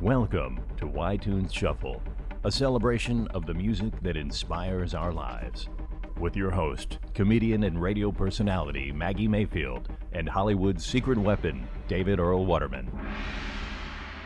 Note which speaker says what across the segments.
Speaker 1: Welcome to iTunes Shuffle, a celebration of the music that inspires our lives. With your host, comedian and radio personality Maggie Mayfield, and Hollywood's secret weapon, David Earl Waterman.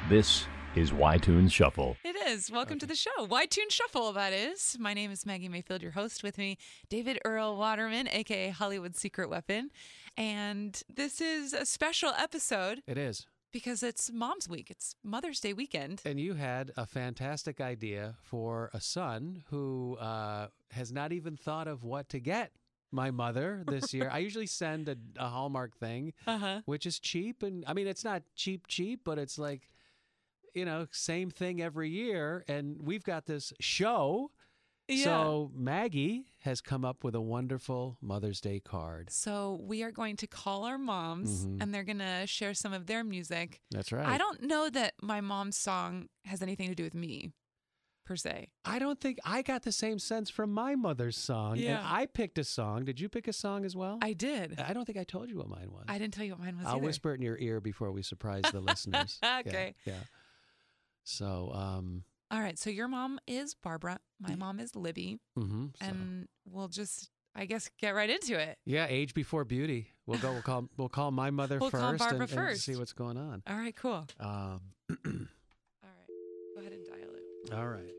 Speaker 1: This is iTunes Shuffle.
Speaker 2: It is. Welcome to the show. Why Tune Shuffle, that is. My name is Maggie Mayfield, your host with me, David Earl Waterman, aka Hollywood Secret Weapon. And this is a special episode
Speaker 3: It is.
Speaker 2: because it's Mom's Week. It's Mother's Day weekend.
Speaker 3: And you had a fantastic idea for a son who uh, has not even thought of what to get my mother this year. I usually send a, a Hallmark thing,
Speaker 2: Uh-huh.
Speaker 3: which is cheap. And I mean, it's not cheap, cheap, but it's like, you know, same thing every year. And we've got this show.
Speaker 2: Yeah.
Speaker 3: So Maggie has come up with a wonderful Mother's Day card.
Speaker 2: So we are going to call our moms
Speaker 3: Mhm.
Speaker 2: and they're going to share some of their music.
Speaker 3: That's right.
Speaker 2: I don't know that my mom's song has anything to do with me per se.
Speaker 3: I don't think I got the same sense from my mother's song.
Speaker 2: Yeah.
Speaker 3: And I picked a song. Did you pick a song as well?
Speaker 2: I did.
Speaker 3: I don't think I told you what mine was.
Speaker 2: I didn't tell you what mine was
Speaker 3: I'll
Speaker 2: either.
Speaker 3: whisper it in your ear before we surprise the listeners. Yeah,
Speaker 2: Okay.
Speaker 3: Yeah. So, um,
Speaker 2: All right. So your mom is Barbara. My mom is Libby.
Speaker 3: mhm, so-
Speaker 2: and we'll just I guess get right into it.
Speaker 3: yeah, age before beauty. We'll go. We'll call. We'll call my mother
Speaker 2: We'll
Speaker 3: first.
Speaker 2: call Barbara
Speaker 3: and, and see
Speaker 2: first.
Speaker 3: what's going on.
Speaker 2: All right, cool.
Speaker 3: Um,
Speaker 2: All right. Go ahead and dial it.
Speaker 3: all right.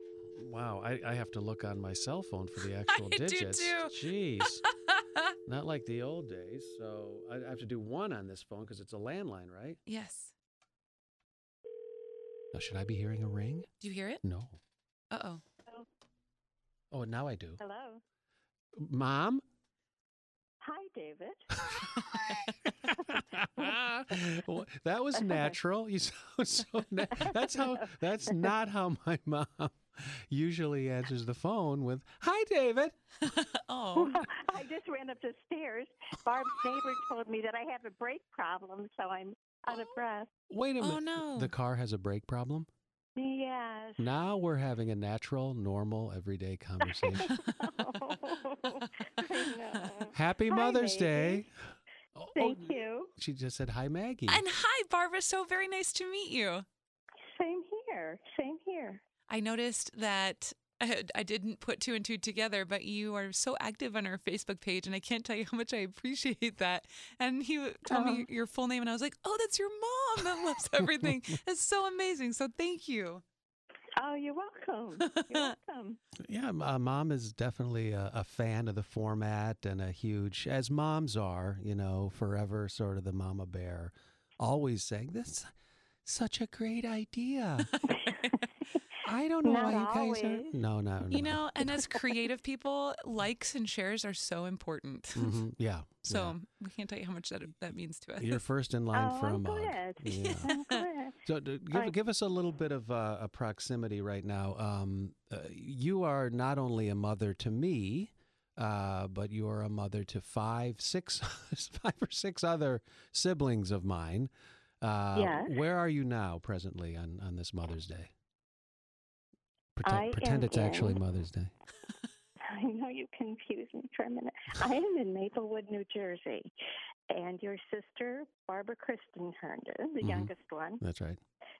Speaker 3: Wow, I, I have to look on my cell phone for the actual
Speaker 2: do
Speaker 3: digits.
Speaker 2: too.
Speaker 3: Jeez, not like the old days. So I I have to do one on this phone because it's a landline, right?
Speaker 2: yes.
Speaker 3: Now, should I be hearing a ring?
Speaker 2: Do you hear it?
Speaker 3: No.
Speaker 2: Uh oh.
Speaker 3: Oh, now I do.
Speaker 4: Hello.
Speaker 3: Mom.
Speaker 4: Hi, David.
Speaker 3: Well, that was natural. You sound so. Na- that's how. That's not how my mom usually answers the phone with "Hi, David."
Speaker 2: oh.
Speaker 4: I just ran up the stairs. Barb's neighbor told me that I have a brake problem, so I'm out of breath.
Speaker 3: Wait a
Speaker 2: Oh,
Speaker 3: minute.
Speaker 2: no.
Speaker 3: The car has a brake problem.
Speaker 4: Yes.
Speaker 3: Now we're having a natural, normal, everyday conversation.
Speaker 4: I know.
Speaker 3: Happy
Speaker 4: Hi,
Speaker 3: Mother's Day.
Speaker 4: David.
Speaker 3: Oh, oh,
Speaker 4: Thank you.
Speaker 3: She just said, "Hi, Maggie."
Speaker 2: And hi, Barbara. So very nice to meet you.
Speaker 4: Same here. Same here.
Speaker 2: I noticed that I, had- I didn't put two and two together, but you are so active on our Facebook page, and I can't tell you how much I appreciate that. And you told me your full name, and I was like, "Oh, that's your mom that loves everything. That's so amazing. So thank you."
Speaker 4: Oh, you're welcome. You're welcome.
Speaker 3: Yeah, m- uh, mom is definitely a, a fan of the format and a huge, as moms are, you know, forever sort of the mama bear, always saying, "This such a great idea." I don't know why you
Speaker 4: Not
Speaker 3: guys are.
Speaker 4: always.
Speaker 3: No, no, no.
Speaker 2: You know, and as creative people, likes and shares are so important.
Speaker 3: Mhm, yeah.
Speaker 2: So we can't tell you how much that that means to us.
Speaker 3: yeah. you're first in line
Speaker 4: oh,
Speaker 3: for a
Speaker 4: I'm
Speaker 3: mug.
Speaker 4: glad.
Speaker 3: Yeah.
Speaker 4: I'm glad.
Speaker 3: So d- give,
Speaker 4: Right.
Speaker 3: give us a little bit of uh, a proximity right now. Um, uh, you are not only a mother to me, uh, but you are a mother to five, six, five or six other siblings of mine. Uh,
Speaker 4: Yes.
Speaker 3: Where are you now, presently, on, on this Mother's Day?
Speaker 4: I
Speaker 3: Pretend,
Speaker 4: am
Speaker 3: pretend it's actually
Speaker 4: in-
Speaker 3: Mother's Day.
Speaker 4: I know you confused me for a minute. I am in Maplewood, New Jersey, and your sister Barbara Kristen Herndon, the
Speaker 3: Mhm.
Speaker 4: youngest one,
Speaker 3: That's right.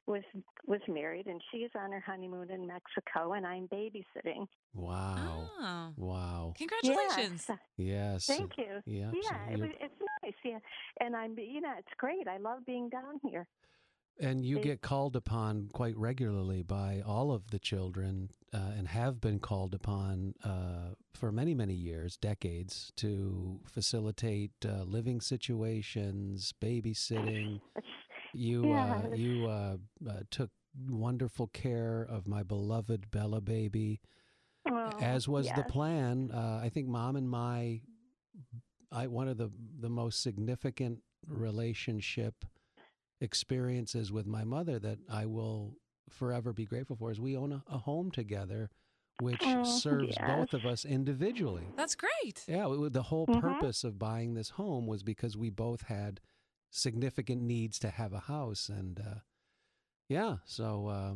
Speaker 4: was was married, and she is on her honeymoon in Mexico, and I'm babysitting.
Speaker 3: Wow.
Speaker 2: Oh.
Speaker 3: Wow.
Speaker 2: Congratulations.
Speaker 4: Yes.
Speaker 3: Yes.
Speaker 4: Ah. Thank you.
Speaker 3: Yeah. so
Speaker 4: Yeah, it
Speaker 3: you're-
Speaker 4: was, it's nice. Yeah, and I'm, you know, it's great. I love being down here.
Speaker 3: And you
Speaker 4: They-
Speaker 3: get called upon quite regularly by all of the children, uh, and have been called upon uh, for many, many years, decades, to facilitate uh, living situations, babysitting. You uh,
Speaker 4: Yeah.
Speaker 3: you uh, uh, took wonderful care of my beloved Bella baby,
Speaker 4: Oh,
Speaker 3: as was the
Speaker 4: yes.
Speaker 3: plan. Uh, I think mom and my, I one of the the most significant relationship experiences with my mother that I will forever be grateful for is we own a, a home together, which
Speaker 4: Oh,
Speaker 3: serves
Speaker 4: yes.
Speaker 3: both of us individually.
Speaker 2: That's great.
Speaker 3: Yeah, w- the whole
Speaker 4: Mhm.
Speaker 3: purpose of buying this home was because we both had significant needs to have a house, and uh, yeah, so. Uh,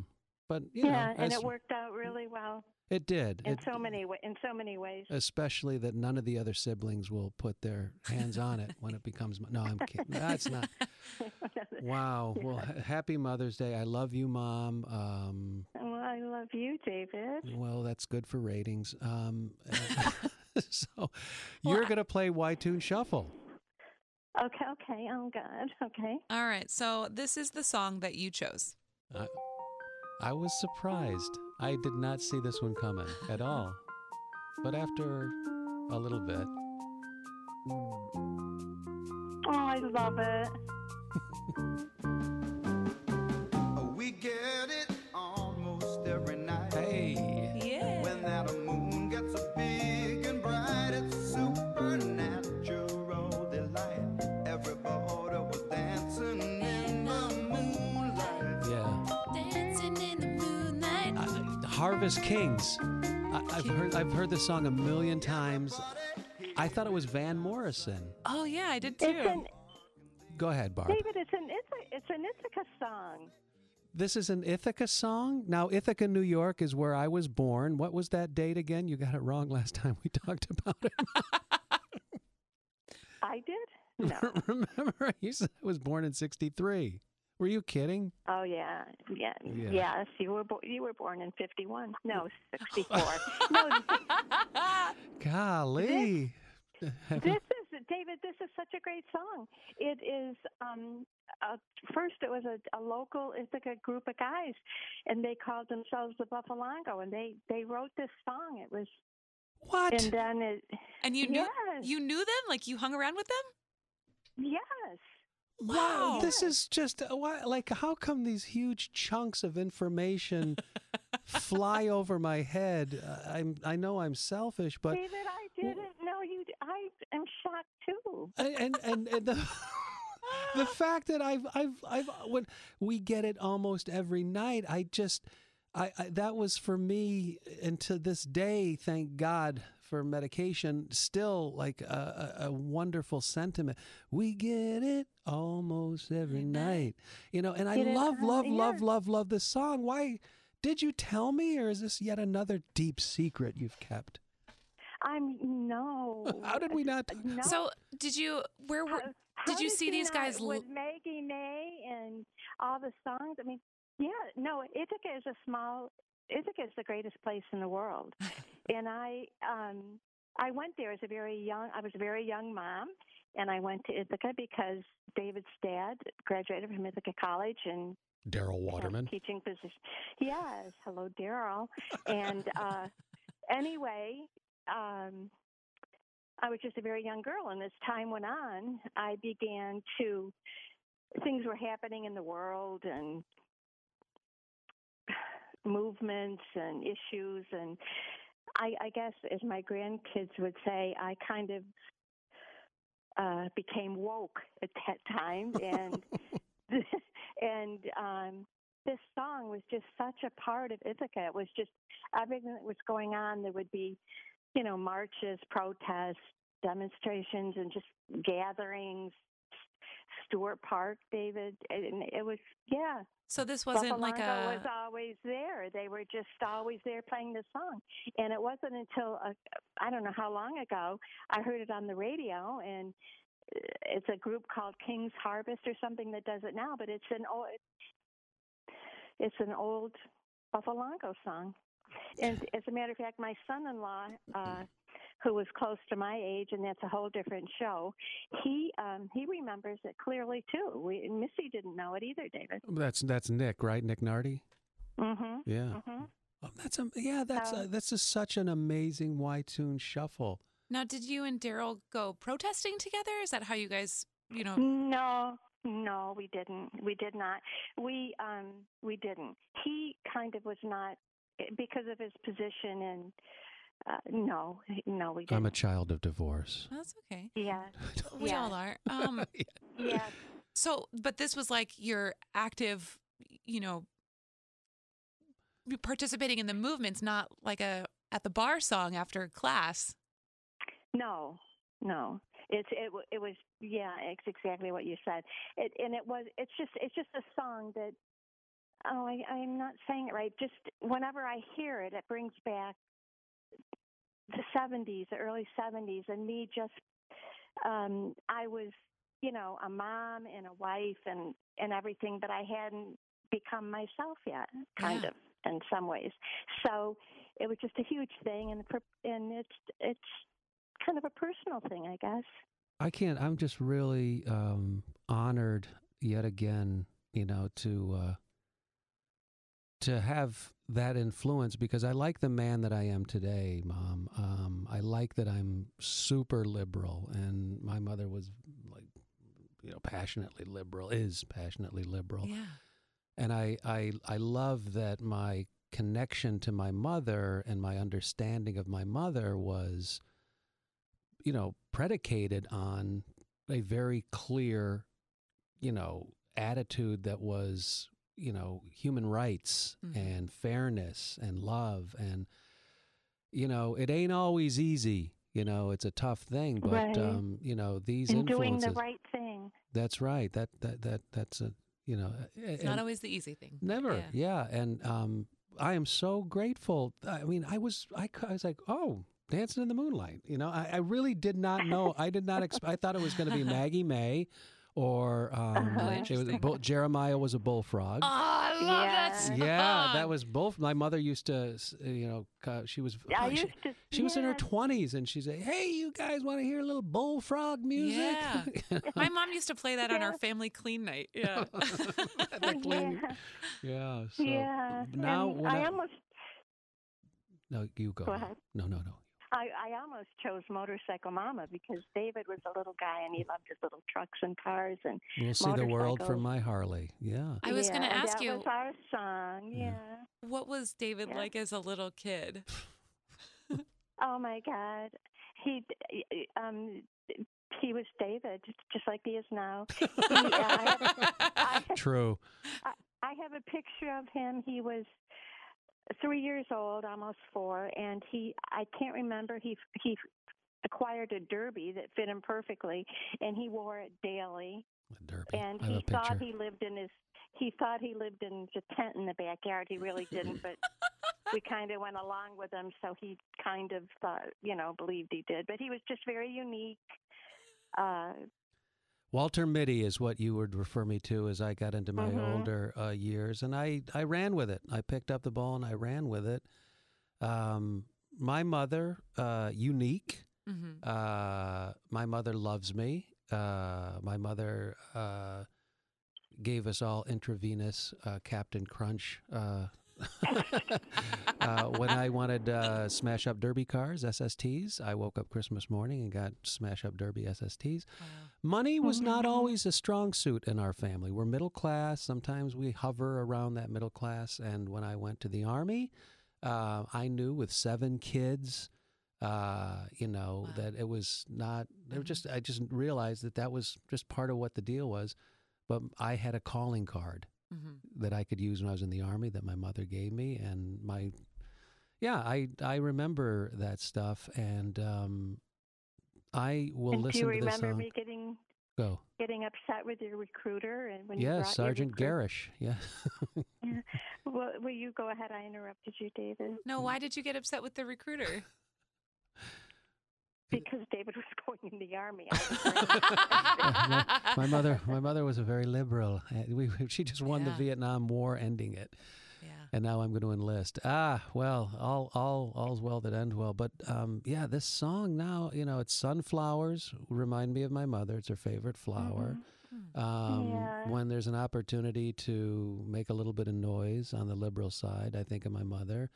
Speaker 3: but you
Speaker 4: yeah,
Speaker 3: know,
Speaker 4: and
Speaker 3: as-
Speaker 4: it worked out really well.
Speaker 3: It did.
Speaker 4: in
Speaker 3: It- Uh,
Speaker 4: so many wa- in so many ways.
Speaker 3: especially that none of the other siblings will put their hands on it when it becomes. mo- No, I'm kidding. That's not. Wow. Well, ha- happy Mother's Day. I love you, Mom. Um,
Speaker 4: well, I love you, David.
Speaker 3: well, that's good for ratings. Um, so, you're going to play Why Tune Shuffle.
Speaker 4: Okay, okay. Oh God. Okay.
Speaker 2: All right. So this is the song that you chose.
Speaker 3: I, I was surprised. I did not see this one coming at all. But after a little bit,
Speaker 4: Oh, I love it.
Speaker 5: We get it almost every night.
Speaker 3: hey,
Speaker 2: Yeah.
Speaker 5: When that moon gets so big and bright, it's supernatural delight. Everybody was dancing in the moonlight.
Speaker 3: yeah.
Speaker 6: Dancing in the moonlight.
Speaker 3: I, Harvest Kings. I, I've heard I've heard this song a million times. I thought it was Van Morrison.
Speaker 2: Oh yeah, I did
Speaker 4: It's
Speaker 2: too.
Speaker 4: an
Speaker 3: Go ahead, Barb.
Speaker 4: David. It's an it's it's an Ithaca song.
Speaker 3: This is an Ithaca song. Now, Ithaca, New York is where I was born. What was that date again? You got it wrong last time we talked about it.
Speaker 4: I did. No.
Speaker 3: Remember, you said I was born in 63. Were you kidding?
Speaker 4: Oh yeah, yeah,
Speaker 3: Yeah.
Speaker 4: yes. You were bo- you were born in fifty one. No, sixty four. no,
Speaker 3: Golly.
Speaker 4: this is David. This is such a great song. It is. Um, uh, first, it was a, a local Ithaca group of guys, and they called themselves the Buffalongo, and they they wrote this song. It was,
Speaker 3: What?
Speaker 4: and then it.
Speaker 2: And you knew
Speaker 4: Yes.
Speaker 2: you knew them? Like you hung around with them?
Speaker 4: Yes.
Speaker 2: Wow.
Speaker 3: This is just uh, why, like, how come these huge chunks of information fly over my head? Uh, I'm, I know I'm selfish, but
Speaker 4: David, I didn't know you. d- I am shocked too.
Speaker 3: and and, and, and the, the fact that I've I've I've when we get it almost every night, I just I, I that was for me and to this day, thank God for medication, still like a, a, a wonderful sentiment. We get it almost every night, you know. And I
Speaker 4: Mm-hmm. Get it
Speaker 3: love
Speaker 4: all-
Speaker 3: love love
Speaker 4: yeah.
Speaker 3: love love this song. Why? Did you tell me, or is this yet another deep secret you've kept?
Speaker 4: I'm no.
Speaker 3: How did we not?
Speaker 4: No.
Speaker 6: So, did you? Where were?
Speaker 4: How-
Speaker 6: did
Speaker 4: how
Speaker 6: you see these
Speaker 4: not-
Speaker 6: guys? l-
Speaker 4: with Maggie May and all the songs? I mean, yeah, no, Ithaca is a small. Ithaca is the greatest place in the world, and I um I went there as a very young. I was a very young mom, and I went to Ithaca because David's dad graduated from Ithaca College and
Speaker 3: Daryl
Speaker 4: has teaching position. Yes. Hello, Daryl. And uh, anyway, um, I was just a very young girl, and as time went on, I began to things were happening in the world and movements and issues and I, I guess as my grandkids would say, I kind of uh, became woke at that time and and um, this song was just such a part of Ithaca. It was just everything that was going on. There would be, you know, marches, protests, demonstrations, and just gatherings. Stuart Park, David, and it was yeah.
Speaker 2: So this wasn't like
Speaker 4: Buffalongo
Speaker 2: a
Speaker 4: was always there. They were just always there playing the song, and it wasn't until uh, I don't know how long ago I heard it on the radio, and uh, it's a group called King's Harvest or something that does it now. But it's an old, it's an old Buffalongo song, and as a matter of fact, my son-in-law. Uh, who was close to my age, and that's a whole different show. He um, he remembers it clearly too. We, Missy didn't know it either, David.
Speaker 3: That's that's Nick, right? Nick Nardi.
Speaker 4: hmm
Speaker 3: Yeah.
Speaker 4: hmm
Speaker 3: Oh, that's a yeah. That's uh
Speaker 4: Um,
Speaker 3: that's just such an amazing Y tune shuffle.
Speaker 2: Now did you and Daryl go protesting together? Is that how you guys, you
Speaker 3: Mm.
Speaker 2: know,
Speaker 4: No, no, we didn't. We did not. We um we didn't. He kind of was not eh, because of his position and uh, no, no, we didn't.
Speaker 3: I'm a child of divorce.
Speaker 2: that's okay.
Speaker 4: yeah,
Speaker 2: We
Speaker 4: Yeah.
Speaker 2: all are. Um
Speaker 4: yeah.
Speaker 2: So, but this was like your active, you know, you participating in the movements, not like a at the bar song after class.
Speaker 4: No, no. It's it. w- It was yeah. It's exactly what you said. It and it was. It's just. It's just a song that Oh, I, I'm not saying it right. Just whenever I hear it, it brings back the 70s, the early 70s, and me just, um, I was, you know, a mom and a wife and, and everything, but I hadn't become myself yet, kind
Speaker 2: Yeah.
Speaker 4: of, in some ways. So it was just a huge thing, and, per- and it's, it's kind of a personal thing, I guess.
Speaker 3: I can't. I'm just really um, honored yet again, you know, to uh, to have that influence because I like the man that I am today, Mom. Um, I like that I'm super liberal, and my mother was like, you know, passionately liberal, is passionately liberal
Speaker 2: Yeah.
Speaker 3: and I, I I love that my connection to my mother and my understanding of my mother was, you know, predicated on a very clear, you know, attitude that was, you know, human rights
Speaker 4: Mm-hmm.
Speaker 2: Mhm.
Speaker 3: and fairness and love and you know, it ain't always easy. You know, it's a tough thing, but
Speaker 4: Right.
Speaker 3: um, you know, these
Speaker 4: and doing
Speaker 3: influences.
Speaker 4: the right thing.
Speaker 3: That's right. That that that that's a you know.
Speaker 2: It's
Speaker 3: and-
Speaker 2: not always the easy thing. but
Speaker 3: Never.
Speaker 2: yeah.
Speaker 3: Yeah. And um, I am so grateful. I mean, I was, I, c- I was like, oh, dancing in the moonlight. You know, I, I really did not know. I did not expect, I thought it was going to be Maggie May or um, it
Speaker 4: Oh,
Speaker 3: was a
Speaker 2: interesting.
Speaker 3: bull, Jeremiah was a bullfrog.
Speaker 6: Oh, I love that
Speaker 4: Yeah.
Speaker 6: song.
Speaker 3: yeah. That was both. My mother used to, s- you know, c- she was, uh,
Speaker 4: I
Speaker 3: she,
Speaker 4: used to.
Speaker 3: she was in her
Speaker 4: yes.
Speaker 3: 20s and she'd say, hey, you guys want to hear a little bullfrog music?
Speaker 2: Yeah.
Speaker 3: You know?
Speaker 2: My mom used to play that on our
Speaker 4: Yeah.
Speaker 2: family clean night. Yeah.
Speaker 3: They're cleaning.
Speaker 4: Yeah.
Speaker 3: Yeah. So
Speaker 4: yeah.
Speaker 3: now
Speaker 4: and
Speaker 3: when
Speaker 4: I
Speaker 3: I-
Speaker 4: almost
Speaker 3: no, you go.
Speaker 4: Go
Speaker 3: on.
Speaker 4: ahead.
Speaker 3: No, no, no.
Speaker 4: I, I almost chose Motorcycle Mama because David was a little guy and he loved his little trucks and cars and
Speaker 3: We'll see the world from
Speaker 4: motorcycles.
Speaker 3: my Harley. Yeah.
Speaker 6: I was
Speaker 4: yeah,
Speaker 6: gonna
Speaker 4: and
Speaker 6: ask
Speaker 4: that
Speaker 6: you-
Speaker 4: was our song,
Speaker 3: Yeah.
Speaker 4: yeah.
Speaker 2: What was David
Speaker 4: Yeah.
Speaker 2: like as a little kid?
Speaker 4: Oh my God, he d- um he was David just like he is now. He, uh, I, have, I,
Speaker 3: True.
Speaker 4: I have a picture of him. He was three years old, almost four, and he I can't remember he he acquired a derby that fit him perfectly, and he wore it daily.
Speaker 3: A derby.
Speaker 4: and
Speaker 3: I have a
Speaker 4: he thought
Speaker 3: picture.
Speaker 4: he lived in his he thought he lived in the tent in the backyard he really didn't but we kind of went along with him so he kind of thought you know believed he did but he was just very unique uh
Speaker 3: Walter Mitty is what you would refer me to as I got into my
Speaker 4: Mhm.
Speaker 3: older uh, years, and I I ran with it. I picked up the ball and I ran with it. Um, my mother, uh, unique.
Speaker 2: hmm
Speaker 3: Uh, my mother loves me. Uh, my mother uh, gave us all intravenous uh, Captain Crunch uh, uh, when I wanted uh, smash up derby cars, SSTs. I woke up Christmas morning and got smash up derby SSTs. Money was
Speaker 4: Mm-hmm,
Speaker 3: not always a strong suit in our family. We're middle class. Sometimes we hover around that middle class. And when I went to the army, uh, I knew with seven kids, uh, you know,
Speaker 2: Wow.
Speaker 3: that it was not. They were
Speaker 4: Mm-hmm.
Speaker 3: just I just realized that that was just part of what the deal was. But I had a calling card
Speaker 2: hmm
Speaker 3: that I could use when I was in the army that my mother gave me, and my yeah, I I remember that stuff, and um, I will
Speaker 4: and do
Speaker 3: listen
Speaker 4: you
Speaker 3: to this
Speaker 4: remember
Speaker 3: song.
Speaker 4: me getting
Speaker 3: Go,
Speaker 4: getting upset with your recruiter and when you
Speaker 3: yes,
Speaker 4: brought
Speaker 3: Sergeant
Speaker 4: your recruit-
Speaker 3: Garish, yeah.
Speaker 4: will, will you go ahead i interrupted you david
Speaker 2: No,
Speaker 3: Mm.
Speaker 2: why did you get upset with the recruiter?
Speaker 4: because david was going in the army I
Speaker 3: my,
Speaker 4: was
Speaker 3: my mother, my mother was a very liberal. and We, we- she just won
Speaker 2: Yeah.
Speaker 3: the Vietnam War, ending it,
Speaker 2: Yeah.
Speaker 3: and now I'm going to enlist. Ah, well, all, all, all's well that ends well. But um, yeah, this song now, you know, it's sunflowers remind me of my mother. It's her favorite flower.
Speaker 4: Mm-hmm.
Speaker 3: Um,
Speaker 4: Yeah.
Speaker 3: When there's an opportunity to make a little bit of noise on the liberal side, I think of my mother.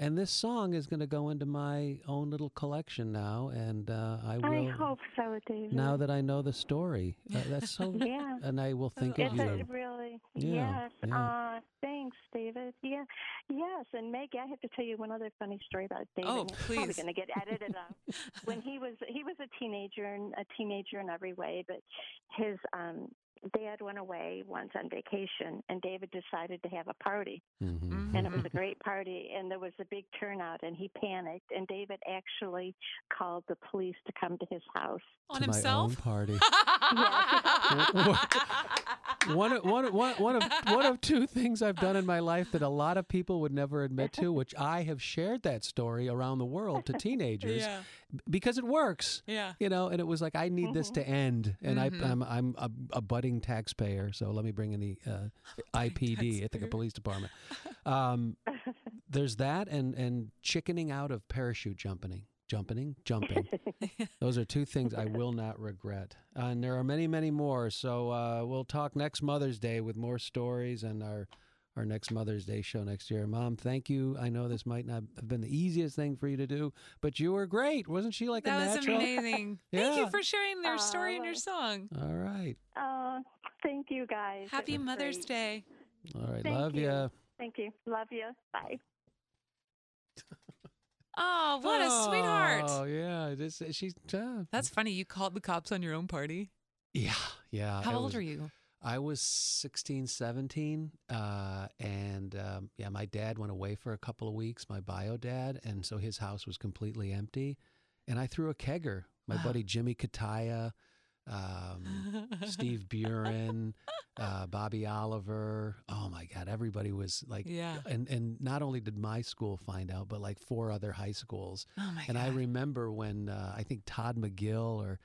Speaker 3: And this song is going to go into my own little collection now, and uh, I
Speaker 4: i
Speaker 3: will.
Speaker 4: hope so david
Speaker 3: Now that I know the story, uh, that's so.
Speaker 4: yeah
Speaker 3: And I will think
Speaker 2: It's
Speaker 3: of
Speaker 4: Yes,
Speaker 2: awesome.
Speaker 3: you.
Speaker 4: it really.
Speaker 3: Yeah,
Speaker 4: Yes.
Speaker 3: yeah.
Speaker 4: Uh, thanks, David. Yeah. Yes. And Maggie, I have to tell you one other funny story about David.
Speaker 2: Oh,
Speaker 4: and It's probably
Speaker 2: please.
Speaker 4: going to get edited out. when he was he was a teenager and a teenager in every way, but his um dad went away once on vacation, and David decided to have a party,
Speaker 3: Mhm.
Speaker 2: Mhm.
Speaker 4: Mm-hmm. and it was a great party, and there was a big turnout, and he panicked, and David actually called the police to come to his house.
Speaker 2: On
Speaker 3: to my own
Speaker 2: himself?
Speaker 3: party. one, of- one, of- one, one of one of two things I've done in my life that a lot of people would never admit to, which I have shared that story around the world to teenagers
Speaker 2: Yeah.
Speaker 3: b- because it works.
Speaker 2: Yeah.
Speaker 3: You know, and it was like I need
Speaker 2: Mm-hmm.
Speaker 3: this to end, and
Speaker 2: Mhm.
Speaker 3: I, I'm I'm a, a budding taxpayer, so let me bring in the uh, IPD at the
Speaker 2: taxpayer.
Speaker 3: police department. Um, there's that, and and chickening out of parachute jumping, jumping, jumping. Those are two things I will not regret. And there are many, many more. So uh, we'll talk next Mother's Day with more stories and our, our next Mother's Day show next year. Mom, thank you. I know this might not have been the easiest thing for you to do, but you were great. Wasn't she like a
Speaker 2: that was
Speaker 3: natural?
Speaker 2: amazing. Thank
Speaker 3: Yeah.
Speaker 2: you for sharing their story and your
Speaker 7: Aw.
Speaker 2: song.
Speaker 3: All right.
Speaker 7: Oh, thank you guys. It
Speaker 2: Happy
Speaker 7: was
Speaker 2: Mother's
Speaker 7: great.
Speaker 2: Day.
Speaker 3: All right.
Speaker 7: Thank
Speaker 3: Love
Speaker 7: you.
Speaker 3: ya.
Speaker 7: Thank you. Love you. Bye.
Speaker 2: Oh, what a
Speaker 3: Oh,
Speaker 2: sweetheart.
Speaker 3: yeah. This, she's uh,
Speaker 2: That's funny. You called the cops on your own party.
Speaker 3: Yeah. Yeah.
Speaker 2: How
Speaker 3: it
Speaker 2: old
Speaker 3: was-
Speaker 2: are you?
Speaker 3: I was 16, 17. Uh, and um, yeah, my dad went away for a couple of weeks, my bio dad. And so his house was completely empty. And I threw a kegger. My
Speaker 2: Wow.
Speaker 3: buddy Jimmy Kataya, um, Steve Buren, uh, Bobby Oliver. Oh my God, everybody was like,
Speaker 2: Yeah.
Speaker 3: And, and not only did my school find out, but like four other high schools.
Speaker 2: Oh my
Speaker 3: And I
Speaker 2: God.
Speaker 3: remember when uh, I think Todd McGill or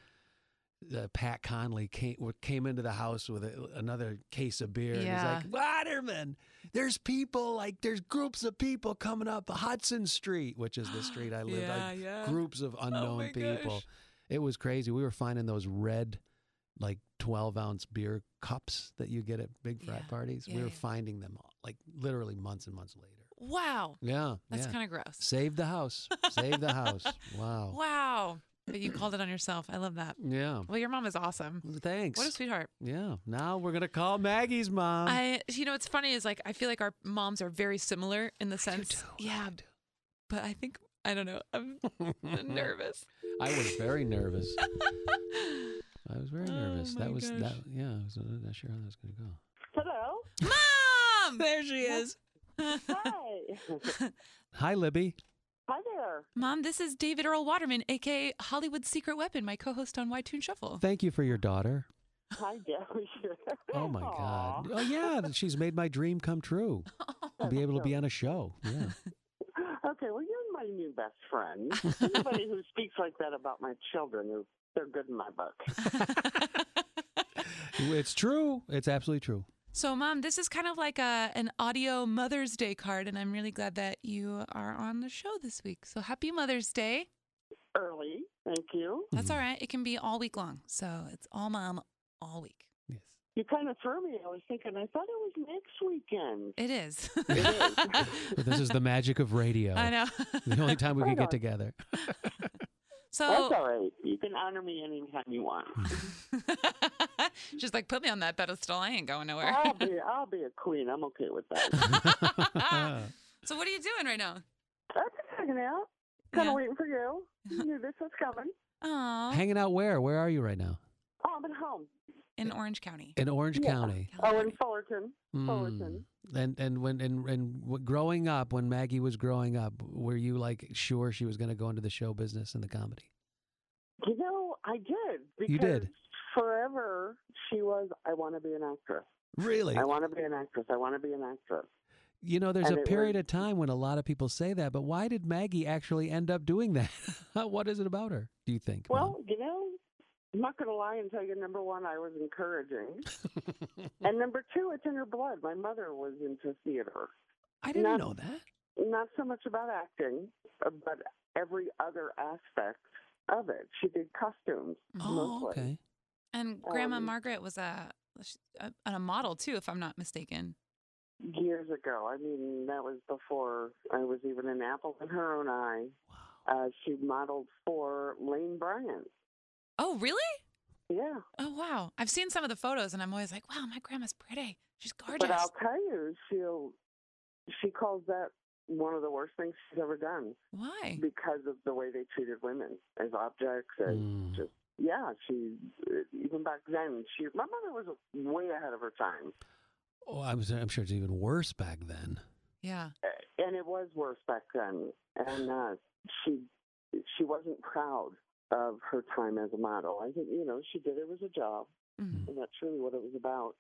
Speaker 3: uh, Pat Conley came were- came into the house with a, another case of beer
Speaker 2: Yeah.
Speaker 3: and was like, "Waterman, there's people like there's groups of people coming up Hudson Street, which is the street I live
Speaker 2: Yeah,
Speaker 3: like
Speaker 2: yeah. Oh
Speaker 3: groups of unknown
Speaker 2: my
Speaker 3: people.
Speaker 2: gosh.
Speaker 3: It was crazy. We were finding those red like 12 ounce beer cups that you get at big frat
Speaker 2: Yeah,
Speaker 3: parties.
Speaker 2: yeah,
Speaker 3: we were
Speaker 2: yeah.
Speaker 3: finding them like literally months and months later.
Speaker 2: wow.
Speaker 3: Yeah.
Speaker 2: That's
Speaker 3: yeah.
Speaker 2: kind of gross.
Speaker 3: Save the house. Save the house. Wow.
Speaker 2: Wow. But you called it on yourself. I love that.
Speaker 3: Yeah.
Speaker 2: Well, your mom is awesome.
Speaker 3: Thanks. Um,
Speaker 2: What a sweetheart.
Speaker 3: yeah. Now we're gonna call Maggie's mom.
Speaker 2: I, you know, what's funny is like I feel like our moms are very similar in the sense.
Speaker 3: too.
Speaker 2: Yeah,
Speaker 3: I
Speaker 2: but I think I don't know. I'm nervous.
Speaker 3: I was very nervous. I was very
Speaker 2: Oh
Speaker 3: nervous.
Speaker 2: my
Speaker 3: that was
Speaker 2: gosh.
Speaker 3: that. Yeah. I was I'm not sure how that was gonna go.
Speaker 7: Hello.
Speaker 2: Mom, there she is.
Speaker 4: Hi.
Speaker 3: Hi, Libby.
Speaker 4: Hi there.
Speaker 2: Mom, this is David Earl Waterman, aka Hollywood Secret Weapon, my co-host on Why Tune Shuffle.
Speaker 3: Thank you for your daughter.
Speaker 4: Hi, Derek.
Speaker 3: Oh my God. Oh yeah, she's made my dream come true.
Speaker 2: Oh
Speaker 3: To be able to be on a show. Yeah.
Speaker 4: Okay, well, you're my new best friend. Anybody who speaks like that about my children, is- they're good in my book.
Speaker 3: it's true. It's absolutely true.
Speaker 2: So, Mom, this is kind of like a an audio Mother's Day card, and I'm really glad that you are on the show this week. So, happy Mother's Day!
Speaker 4: Early, thank you.
Speaker 2: That's
Speaker 3: Mm-hmm.
Speaker 2: all right. It can be all week long, so it's all Mom all week.
Speaker 3: Yes.
Speaker 4: You kind of threw me. I was thinking, I thought it was next weekend.
Speaker 2: It is.
Speaker 3: But this is the magic of radio.
Speaker 2: I know.
Speaker 3: The only time we can
Speaker 4: Right
Speaker 3: get
Speaker 4: on.
Speaker 3: together.
Speaker 4: That's
Speaker 2: So
Speaker 4: all right. You can honor me anytime you want.
Speaker 2: she's like, put me on that pedestal. I ain't going nowhere.
Speaker 4: I'll be, I'll be a queen. I'm okay with that.
Speaker 2: so what are you doing right now?
Speaker 4: I'm just hanging out. Kind
Speaker 2: Yeah.
Speaker 4: of waiting for you. You knew this was coming.
Speaker 2: Aw,
Speaker 3: Hanging out where? Where are you right now?
Speaker 4: Oh, I'm at home.
Speaker 2: in Orange County.
Speaker 3: In Orange
Speaker 4: Yeah.
Speaker 3: County.
Speaker 4: Oh, in Fullerton. Fullerton.
Speaker 3: Mm. And and when and and w- growing up, when Maggie was growing up, were you like sure she was going to go into the show business and the comedy?
Speaker 4: You know, I did. Because
Speaker 3: You did.
Speaker 4: Forever, she was. I want to be an actress.
Speaker 3: Really?
Speaker 4: I want to be an actress. I want to be an actress.
Speaker 3: You know, there's a
Speaker 4: and it
Speaker 3: period
Speaker 4: was-
Speaker 3: of time when a lot of people say that, but why did Maggie actually end up doing that? what is it about her? Do you think? Mom?
Speaker 4: Well, you know, I'm not going to lie and tell you. Number one, I was encouraging, and number two, it's in her blood. My mother was into theater.
Speaker 3: I didn't
Speaker 4: not-
Speaker 3: know that.
Speaker 4: Not so much about acting, uh, but every other aspect of it. She did costumes
Speaker 3: Oh,
Speaker 4: mostly.
Speaker 3: okay.
Speaker 2: And Grandma
Speaker 4: Um,
Speaker 2: Margaret was a, she- a a model too, if I'm not mistaken.
Speaker 4: years ago. I mean, that was before I was even an apple in her own eye. Uh, she modeled for Lane Bryant.
Speaker 2: Oh, really?
Speaker 4: Yeah.
Speaker 2: Oh, wow. I've seen some of the photos, and I'm always like, wow, my grandma's pretty. She's gorgeous.
Speaker 4: But I'll tell you, she'll she calls that one of the worst things she's ever done
Speaker 2: Why?
Speaker 4: because of the way they treated women as objects and
Speaker 3: Mm.
Speaker 4: Uh, just yeah. She even back then she my mother was way ahead of her time,
Speaker 3: Oh, I'm, s- I'm sure it's even worse back then.
Speaker 2: Yeah.
Speaker 4: Uh, and it was worse back then. And uh, she she wasn't proud of her time as a model. I think you know she did it was a job,
Speaker 2: Mhm.
Speaker 4: and that's really what it was about.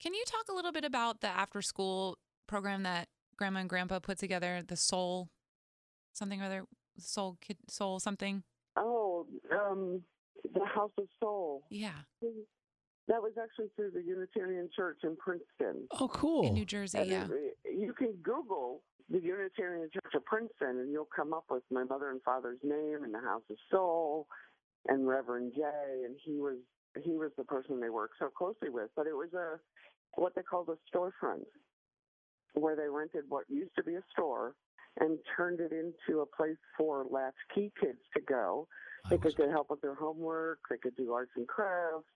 Speaker 2: Can you talk a little bit about the after school program that grandma and grandpa put together, the soul something or other, soul kid soul something?
Speaker 8: Oh, um, the House of Soul.
Speaker 2: Yeah.
Speaker 8: That was actually through the Unitarian Church in Princeton.
Speaker 3: Oh, cool.
Speaker 2: In New Jersey,
Speaker 8: And
Speaker 2: yeah.
Speaker 8: it- You can Google the Unitarian Church of Princeton, and you'll come up with my mother and father's name and the House of Soul, and Reverend Jay, and he was he was the person they worked so closely with. But it was a what they called a storefront, where they rented what used to be a store and turned it into a place for latchkey kids to go.
Speaker 3: I
Speaker 8: They
Speaker 3: was-
Speaker 8: could get help with their homework. They could do arts and crafts,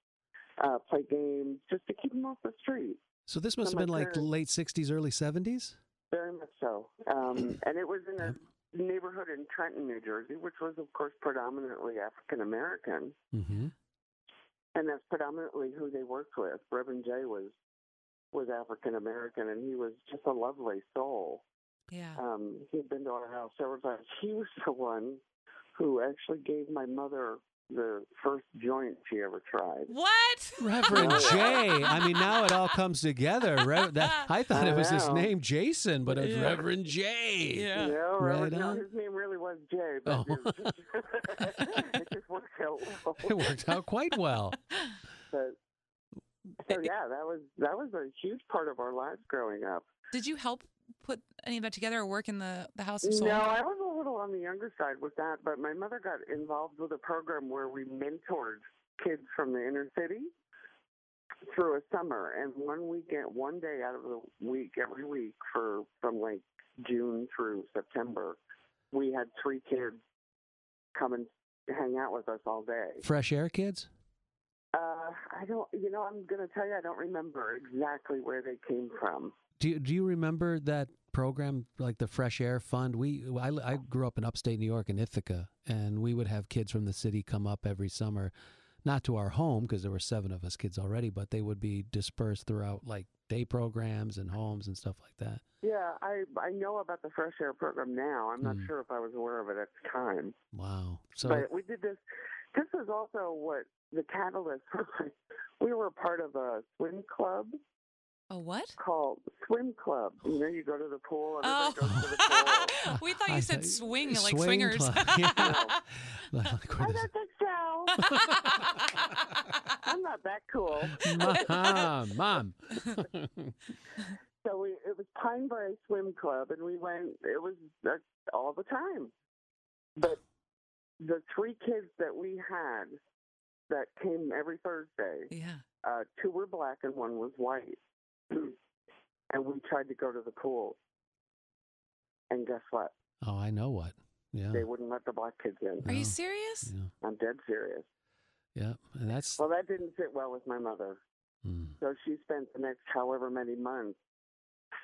Speaker 8: uh, play games, just to keep them off the street.
Speaker 3: so this must
Speaker 8: so
Speaker 3: have been
Speaker 8: my
Speaker 3: like
Speaker 8: parents-
Speaker 3: late 60s, early 70s?
Speaker 8: Very much so.
Speaker 3: Mm-hmm.
Speaker 8: Um, and it was in
Speaker 3: Yep.
Speaker 8: a neighborhood in Trenton, New Jersey, which was, of course, predominantly African American.
Speaker 3: Mm-hmm.
Speaker 8: And that's predominantly who they worked with. Reverend Jay was was African American, and he was just a lovely soul.
Speaker 2: Yeah.
Speaker 4: uh,
Speaker 8: Um, he'd been to our house several times. He was the one who actually gave my mother the first joint she ever tried.
Speaker 2: What?
Speaker 3: Reverend Jay. I mean, now it all comes together. Re- that, I thought
Speaker 8: I
Speaker 3: it was his
Speaker 8: know.
Speaker 3: name, Jason, but it's
Speaker 2: Yeah.
Speaker 3: Reverend Jay.
Speaker 2: Yeah.
Speaker 8: No, Robert,
Speaker 3: Right
Speaker 8: no,
Speaker 3: on.
Speaker 8: his name really was Jay, but
Speaker 3: Oh.
Speaker 8: it, was just, it just worked out well.
Speaker 3: It worked out quite well.
Speaker 8: But, so yeah, that was that was a huge part of our lives growing up.
Speaker 2: Did you help put any of that together or work in the, the House of Soul?
Speaker 8: No, I was a little on the younger side with that, but my mother got involved with a program where we mentored kids from the inner city through a summer, and one weekend, one day out of the week, every week for from like June through September, we had three kids come and hang out with us all day.
Speaker 3: Fresh Air Kids?
Speaker 8: Uh, I don't, you know, I'm going to tell you, I don't remember exactly where they came from.
Speaker 3: Do you, do you remember that program, like the Fresh Air Fund? We I, I grew up in upstate New York in Ithaca, and we would have kids from the city come up every summer, not to our home because there were seven of us kids already, but they would be dispersed throughout like day programs and homes and stuff like that.
Speaker 8: Yeah, I I know about the fresh air program now. I'm not
Speaker 3: Hmm.
Speaker 8: sure if I was aware of it at the time.
Speaker 3: Wow. So
Speaker 8: but we did this. This is also what the catalyst. we were a part of a swim club
Speaker 2: Oh, what?
Speaker 8: called Swim Club. You know, you go to the pool.
Speaker 2: Oh.
Speaker 8: Everybody goes to the
Speaker 3: Oh.
Speaker 8: pool.
Speaker 2: we thought
Speaker 3: I
Speaker 2: you said
Speaker 3: thought-
Speaker 2: swing, like
Speaker 3: swing
Speaker 2: swingers.
Speaker 3: club, yeah. like,
Speaker 8: I
Speaker 3: what
Speaker 8: don't think so. I'm not that cool.
Speaker 3: is- Mom, mom.
Speaker 8: So we it was Pine Barre Swim Club, and we went. It was uh, all the time. But the three kids that we had that came every Thursday,
Speaker 2: yeah.
Speaker 8: uh, two were black and one was white, and we tried to go to the pool. And guess what?
Speaker 3: Oh, I know what. Yeah.
Speaker 8: They wouldn't let the black kids in.
Speaker 2: Are
Speaker 3: No.
Speaker 2: you serious?
Speaker 3: Yeah.
Speaker 8: I'm dead serious.
Speaker 3: Yeah. And that's.
Speaker 8: Well, that didn't sit well with my mother.
Speaker 3: mm.
Speaker 8: So she spent the next however many months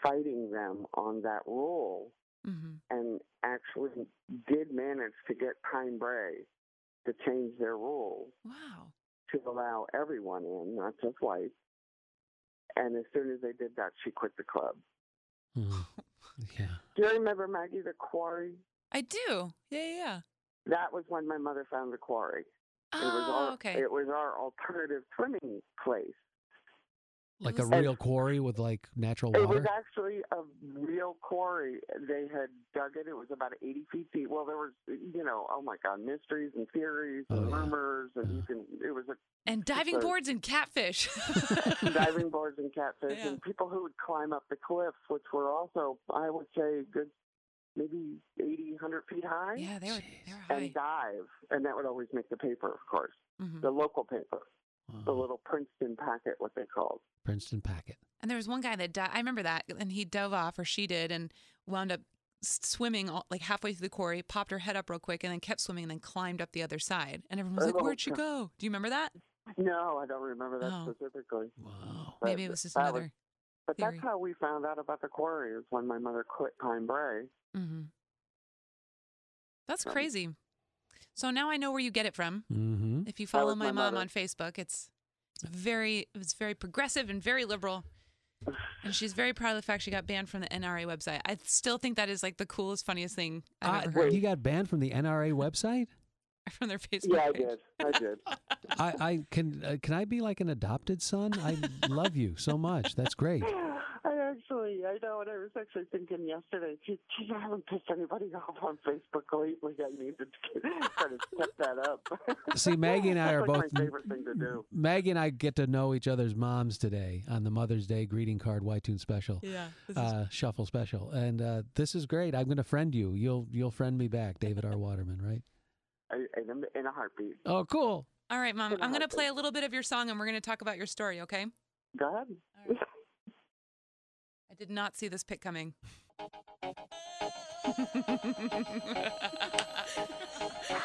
Speaker 8: fighting them on that rule.
Speaker 2: hmm
Speaker 8: and actually did manage to get Pine Bray to change their rule
Speaker 2: Wow.
Speaker 8: to allow everyone in, not just whites. And as soon as they did that, she quit the club.
Speaker 3: Mm. Yeah.
Speaker 8: Do you remember Maggie the Quarry?
Speaker 2: I do. Yeah, yeah, yeah.
Speaker 8: That was when my mother found the quarry. It was
Speaker 2: Oh,
Speaker 8: our,
Speaker 2: okay.
Speaker 8: It was our alternative swimming place.
Speaker 3: like a
Speaker 2: was-
Speaker 3: real quarry with like natural
Speaker 8: It was
Speaker 3: water.
Speaker 8: actually a real quarry. They had dug it. It was about 80 feet deep. Well, there was, you know, oh my God, mysteries and theories and
Speaker 3: Oh, yeah.
Speaker 8: rumors, and you
Speaker 3: Yeah.
Speaker 8: can. It was a
Speaker 2: and diving
Speaker 8: sorry.
Speaker 2: boards and catfish.
Speaker 8: diving boards and catfish
Speaker 2: Yeah.
Speaker 8: and people who would climb up the cliffs, which were also, I would say, a good maybe 80, 100 feet high,
Speaker 2: yeah, they were, they
Speaker 3: Jeez.
Speaker 2: were high.
Speaker 8: and dive. And that would always make the paper, of course,
Speaker 2: Mhm.
Speaker 8: the local paper, the
Speaker 2: Oh.
Speaker 3: Wow.
Speaker 8: little Princeton packet, what they called.
Speaker 3: Princeton packet.
Speaker 2: And there was one guy that di- I remember that, and he dove off, or she did, and wound up s- swimming all, like halfway through the quarry, popped her head up real quick, and then kept swimming, and then climbed up the other side. And everyone was like,
Speaker 8: Oh,
Speaker 2: "Where'd she go? Do you remember that?
Speaker 8: No, I don't remember that
Speaker 2: Oh.
Speaker 8: specifically.
Speaker 3: Wow.
Speaker 8: But
Speaker 2: Maybe it was just
Speaker 8: that
Speaker 2: another."
Speaker 8: But
Speaker 2: theory.
Speaker 8: that's how we found out about the quarry is when my mother quit Pine Bray.
Speaker 2: hmm That's
Speaker 8: Um,
Speaker 2: crazy. So now I know where you get it from.
Speaker 3: Mm-hmm.
Speaker 2: If you follow
Speaker 8: was
Speaker 2: my,
Speaker 8: my
Speaker 2: mom
Speaker 8: mother.
Speaker 2: on Facebook, it's it's very it's very progressive and very liberal. And she's very proud of the fact she got banned from the NRA website. I still think that is like the coolest, funniest thing I've ever heard.
Speaker 3: you got banned from the NRA website?
Speaker 2: from their Facebook
Speaker 8: Yeah, I
Speaker 2: page.
Speaker 8: did. I did.
Speaker 3: I, I can uh, can I be like an adopted son? I love you so much. That's great.
Speaker 8: I actually, I know, and I was actually thinking yesterday, geez, geez, I haven't pissed anybody off on Facebook lately. I need to try to step that up.
Speaker 3: See, Maggie and I
Speaker 8: That's
Speaker 3: are
Speaker 8: like
Speaker 3: both
Speaker 8: my favorite thing to
Speaker 2: Mm-hmm.
Speaker 8: do.
Speaker 3: Maggie and I get to know each other's moms today on the Mother's Day greeting card Ytune special.
Speaker 2: Yeah. This is,
Speaker 3: Uh, shuffle special, and uh, this is great. I'm going to friend you. You'll you'll friend me back, David R. Waterman, right?
Speaker 8: I, in, a, in a heartbeat.
Speaker 3: Oh, cool.
Speaker 2: all right, Mom.
Speaker 8: gonna
Speaker 2: I'm going to
Speaker 8: help
Speaker 2: play
Speaker 8: it.
Speaker 2: a little bit of your song and we're going to talk about your story, okay?
Speaker 8: Go ahead.
Speaker 2: All right. I did not see this pick coming.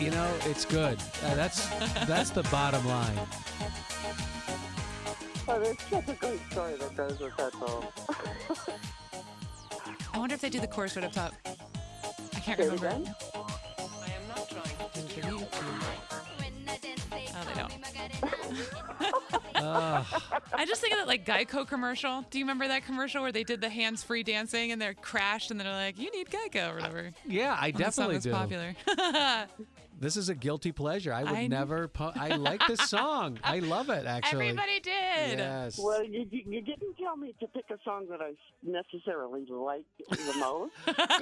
Speaker 3: You know, it's good. Uh, that's that's the bottom line.
Speaker 8: Oh, there's such a great story that goes with that song.
Speaker 2: I wonder if they do the chorus right up top. I can't
Speaker 8: Say it
Speaker 2: remember.
Speaker 8: again.
Speaker 2: Oh, they don't.
Speaker 3: Ugh.
Speaker 2: I just think of that like Geico commercial. Do you remember that commercial where they did the hands-free dancing and they're crashed and they're like, "You need Geico" or whatever.
Speaker 3: yeah, I
Speaker 2: When the song
Speaker 3: definitely
Speaker 2: was
Speaker 3: do.
Speaker 2: popular.
Speaker 3: This is a guilty pleasure. I would
Speaker 2: I kn-
Speaker 3: never. Pu- I like this song. I love it. Actually,
Speaker 2: Everybody did.
Speaker 3: Yes.
Speaker 8: Well, you, you, you didn't tell me to pick a song that I necessarily like the most.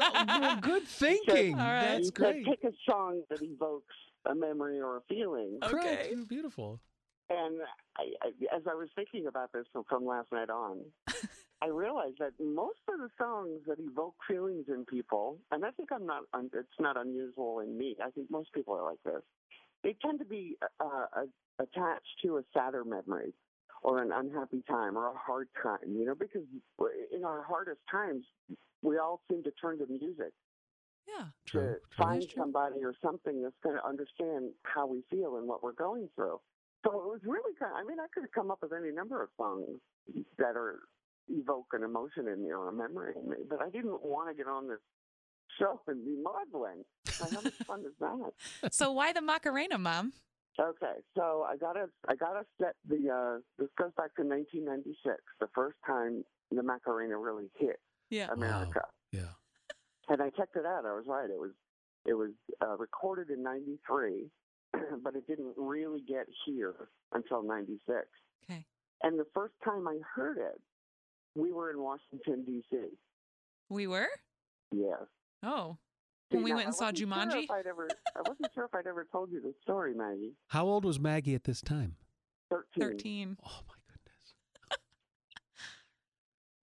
Speaker 3: Well, good
Speaker 8: So
Speaker 3: thinking.
Speaker 2: All right.
Speaker 3: That's
Speaker 8: you said
Speaker 3: great.
Speaker 8: Pick a song that evokes a memory or a feeling.
Speaker 3: Correct.
Speaker 2: Okay.
Speaker 3: Beautiful.
Speaker 8: And I, I, as I was thinking about this from, from last night on, I realized that most of the songs that evoke feelings in people, and I think I'm not, un, it's not unusual in me. I think most people are like this. They tend to be uh, uh, attached to a sadder memory or an unhappy time or a hard time, you know, because in our hardest times, we all seem to turn to music
Speaker 2: Yeah.
Speaker 3: True.
Speaker 8: to find somebody or something that's going to understand how we feel and what we're going through. So it was really kind. I mean, I could have come up with any number of songs that are evoke an emotion in me or a memory in me, but I didn't want to get on this show and be maudlin. Like, how much fun is that?
Speaker 2: So why the Macarena, Mom?
Speaker 8: Okay, so I gotta, I gotta set the. Uh, this goes back to 1996, the first time the Macarena really hit
Speaker 2: Yeah.
Speaker 8: America.
Speaker 3: Yeah.
Speaker 8: And I checked it out. I was right. It was it was uh, recorded in '93, but it didn't really get here until '96.
Speaker 2: Okay.
Speaker 8: And the first time I heard it, we were in Washington D.C.
Speaker 2: We were.
Speaker 8: Yes.
Speaker 2: Oh.
Speaker 8: See,
Speaker 2: When we
Speaker 8: now,
Speaker 2: went
Speaker 8: I
Speaker 2: and saw
Speaker 8: wasn't sure
Speaker 2: Jumanji?
Speaker 8: if I'd ever, I wasn't sure if I'd ever told you the story, Maggie.
Speaker 3: How old was Maggie at this time?
Speaker 8: Thirteen,
Speaker 2: Thirteen.
Speaker 3: Oh my goodness.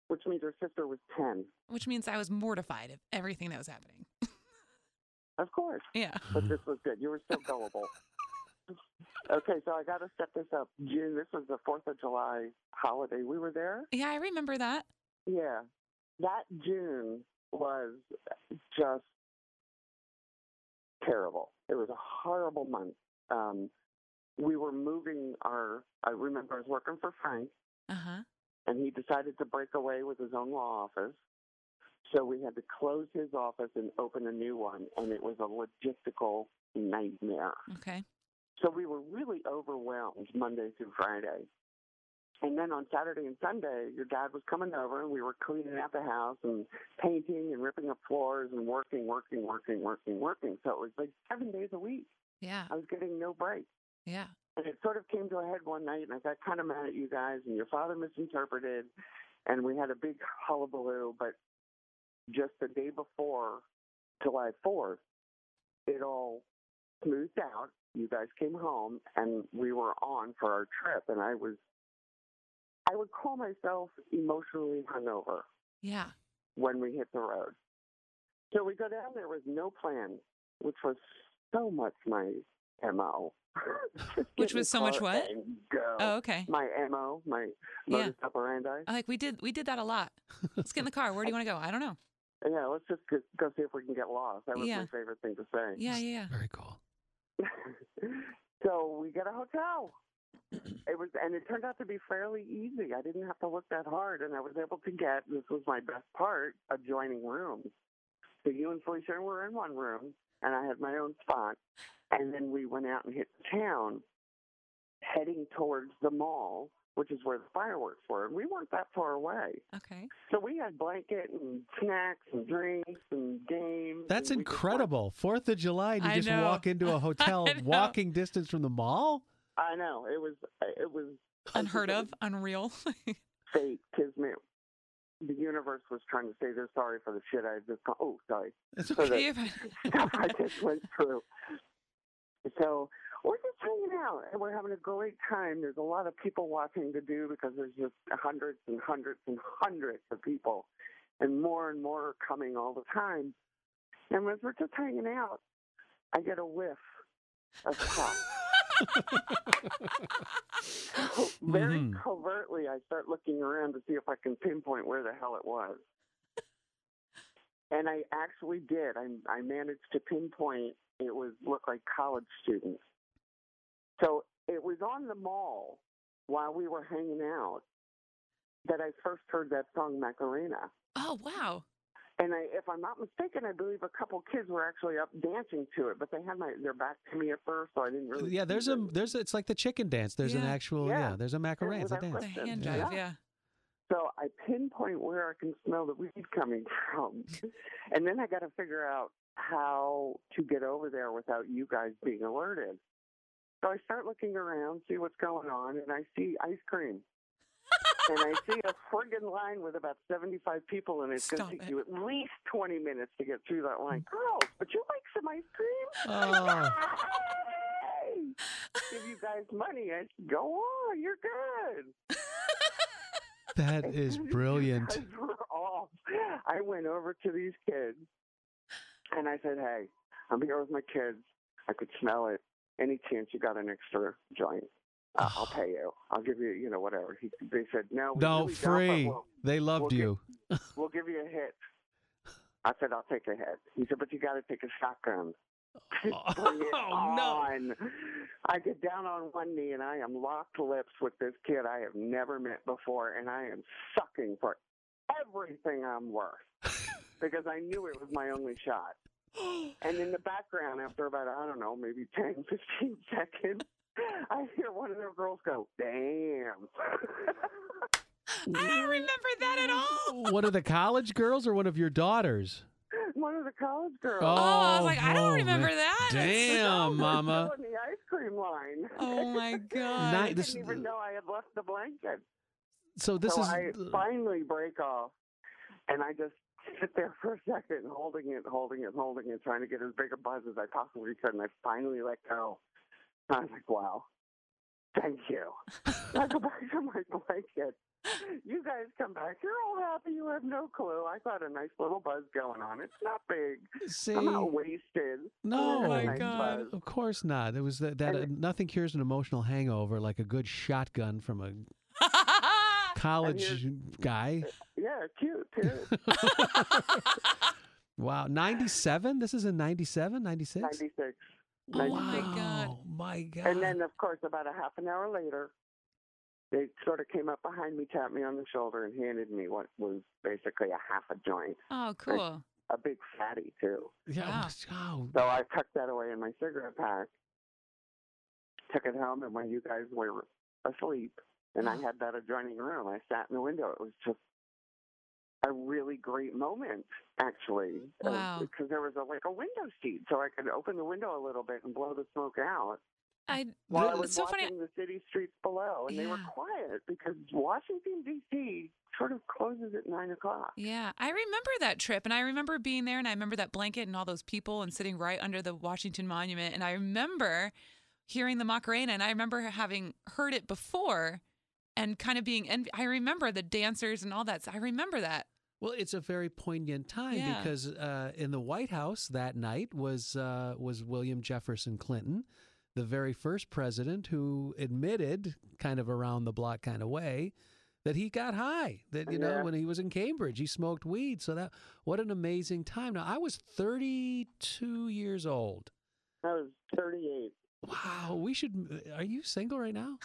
Speaker 8: which means her sister was ten.
Speaker 2: Which means I was mortified of everything that was happening.
Speaker 8: Of course.
Speaker 2: Yeah.
Speaker 8: but this was good. You were so gullible. okay, so I got to set this up. June, this was the Fourth of July holiday. We were there.
Speaker 2: Yeah, I remember that.
Speaker 8: Yeah. That June was just terrible. It was a horrible month. Um, we were moving our, I remember I was working for Frank,
Speaker 2: Uh huh.
Speaker 8: and he decided to break away with his own law office. So we had to close his office and open a new one, and it was a logistical nightmare.
Speaker 2: Okay.
Speaker 8: So we were really overwhelmed Monday through Friday. And then on Saturday and Sunday, your dad was coming over and we were cleaning out the house and painting and ripping up floors and working, working, working, working, working. So it was like seven days a week.
Speaker 2: Yeah.
Speaker 8: I was getting no break.
Speaker 2: Yeah.
Speaker 8: And it sort of came to a head one night and I got kind of mad at you guys and your father misinterpreted and we had a big hullabaloo. But just the day before July 4th, it all smoothed out. You guys came home, and we were on for our trip. And I was, I would call myself emotionally hungover
Speaker 2: Yeah.
Speaker 8: when we hit the road. So we go down there with no plan, which was so much my mo. Just get
Speaker 2: Which
Speaker 8: in
Speaker 2: was
Speaker 8: the
Speaker 2: so much
Speaker 8: car
Speaker 2: what?
Speaker 8: and Go.
Speaker 2: Oh, okay.
Speaker 8: My mo, my
Speaker 2: Yeah.
Speaker 8: modus operandi.
Speaker 2: I Like we did, we did that a lot. Let's get in the car. Where do you want to go? I don't know.
Speaker 8: Yeah, let's just go, go see if we can get lost. That was
Speaker 2: Yeah.
Speaker 8: my favorite thing to say.
Speaker 2: Yeah, yeah,
Speaker 3: Very cool.
Speaker 8: so we got a hotel. It was, and it turned out to be fairly easy. I didn't have to look that hard, and I was able to get. This was my best part: adjoining rooms. So you and Felicia were in one room, and I had my own spot. And then we went out and hit town, heading towards the mall which is where the fireworks were. And we weren't that far away.
Speaker 2: Okay.
Speaker 8: So we had blanket and snacks and drinks and games.
Speaker 3: That's
Speaker 8: and we just went-
Speaker 3: incredible. Fourth of July, and you
Speaker 2: I
Speaker 3: just
Speaker 2: know.
Speaker 3: walk into a hotel
Speaker 2: I know.
Speaker 3: walking distance from the mall.
Speaker 8: I know. It was, it was I think
Speaker 2: Unheard
Speaker 8: it
Speaker 2: of,
Speaker 8: was
Speaker 2: unreal.
Speaker 8: fate, kismet. The universe was trying to say they're sorry for the shit I just, co- oh, sorry.
Speaker 3: It's
Speaker 8: So that-
Speaker 2: Okay,
Speaker 8: stuff
Speaker 2: but-
Speaker 8: I just went through. So we're just hanging out and we're having a great time. There's a lot of people watching to do because there's just hundreds and hundreds and hundreds of people, and more and more are coming all the time. And as we're just hanging out, I get a whiff of pot. Very
Speaker 3: Mhm.
Speaker 8: covertly, I start looking around to see if I can pinpoint where the hell it was. And I actually did. I, I managed to pinpoint. It was looked like college students. So it was on the mall while we were hanging out that I first heard that song Macarena.
Speaker 2: oh wow.
Speaker 8: And I, if I'm not mistaken, I believe a couple kids were actually up dancing to it, but they had my their back to me at first, so I didn't really.
Speaker 3: yeah,
Speaker 8: see
Speaker 3: there's a
Speaker 8: them.
Speaker 3: there's it's like the chicken dance. There's an
Speaker 2: Yeah.
Speaker 3: actual yeah.
Speaker 8: Yeah.
Speaker 3: there's a macarena. It's a
Speaker 8: was our
Speaker 2: The
Speaker 3: dance.
Speaker 8: first- Listen,
Speaker 2: hand
Speaker 3: yeah.
Speaker 2: drive, yeah.
Speaker 8: So I pinpoint where I can smell the weed coming from. and then I got to figure out how to get over there without you guys being alerted. So I start looking around, see what's going on, and I see ice cream. and I see a friggin' line with about 75 people, and it's going
Speaker 2: Stop
Speaker 8: to take
Speaker 2: it.
Speaker 8: you at least 20 minutes to get through that line. Girls, would you like some ice cream?
Speaker 3: Oh,
Speaker 8: Hey! Give you guys money. I said, go on, you're good.
Speaker 3: that is
Speaker 8: As soon as you
Speaker 3: brilliant.
Speaker 8: guys were off, I went over to these kids and I said, Hey, I'm here with my kids. I could smell it. Any chance you got an extra joint? Uh, I'll pay you. I'll give you, you know, whatever. He, they said, No, we
Speaker 3: Ah. No,
Speaker 8: really don't, but
Speaker 3: free.
Speaker 8: we'll,
Speaker 3: They loved
Speaker 8: we'll get-
Speaker 3: you.
Speaker 8: we'll give you a hit. I said, I'll take a hit. He said, But you got to take a shotgun. Bring it
Speaker 2: Oh,
Speaker 3: Oh, no.
Speaker 8: on. I get down on one knee and I am locked lips with this kid I have never met before, and I am sucking for everything I'm worth because I knew it was my only shot. And in the background, after about, I don't know, maybe 10, 15 seconds, I hear one of their girls go, Damn.
Speaker 2: I don't remember that at all.
Speaker 3: one of the college girls or one of your daughters?
Speaker 8: one of the college girls.
Speaker 2: Oh, I was like, I
Speaker 3: oh,
Speaker 2: don't remember
Speaker 3: man.
Speaker 2: that.
Speaker 8: Oh,
Speaker 3: Damn,
Speaker 8: we're
Speaker 3: Mama.
Speaker 8: still in the ice cream line.
Speaker 2: Oh my god.
Speaker 3: Ni-
Speaker 8: I
Speaker 3: this-
Speaker 8: didn't even know I had left the blanket.
Speaker 3: So this
Speaker 8: so
Speaker 3: is
Speaker 8: I finally break off, and I just sit there for a second, holding it, holding it, holding it, trying to get as big a buzz as I possibly could, and I finally let go. I was like, "Wow, thank you." I go back to my blanket. You guys come back. You're all happy. You have no clue. I got a nice little buzz going on. It's not big.
Speaker 3: see.
Speaker 8: I'm not wasted.
Speaker 2: Oh
Speaker 3: No,
Speaker 8: I had a
Speaker 2: my
Speaker 8: nice
Speaker 2: God.
Speaker 8: buzz.
Speaker 3: Of course not. It was that, that uh,
Speaker 8: And-
Speaker 3: nothing cures an emotional hangover like a good shotgun from a college guy.
Speaker 8: Yeah, cute too.
Speaker 3: Wow, 97? This is in 97, 96?
Speaker 8: Ninety six.
Speaker 3: Wow.
Speaker 8: 96.
Speaker 2: Oh my God.
Speaker 3: my God.
Speaker 8: And then, of course, about a half an hour later, they sort of came up behind me, tapped me on the shoulder, and handed me what was basically a half a joint,
Speaker 2: oh, cool.
Speaker 8: a big fatty, too.
Speaker 3: yeah,
Speaker 2: Wow.
Speaker 3: oh,
Speaker 8: So I tucked that away in my cigarette pack, took it home, and when you guys were asleep and I had that adjoining room, I sat in the window. It was just a really great moment, actually, uh,
Speaker 2: Wow.
Speaker 8: because there was a, like a window seat, so I could open the window a little bit and blow the smoke out.
Speaker 6: I
Speaker 8: Well, I
Speaker 2: Th-
Speaker 8: was
Speaker 2: so funny-
Speaker 8: watching the city streets below, and they were
Speaker 2: Yeah.
Speaker 8: quiet because Washington D.C. sort of closes at nine o'clock.
Speaker 2: Yeah, I remember that trip, and I remember being there, and I remember that blanket and all those people, and sitting right under the Washington Monument, and I remember hearing the Macarena, and I remember having heard it before, and kind of being envy. I remember the dancers and all that. So I remember that.
Speaker 3: Well, it's a very poignant time
Speaker 2: Yeah.
Speaker 3: because uh, in the White House that night was uh, was William Jefferson Clinton, the very first president who admitted, kind of around the block kind of way, that he got high. That you know
Speaker 8: Yeah.
Speaker 3: when he was in Cambridge, he smoked weed. So that what an amazing time. Now I was 32 years old.
Speaker 8: I was thirty-eight.
Speaker 3: Wow, we should. Are you single right now?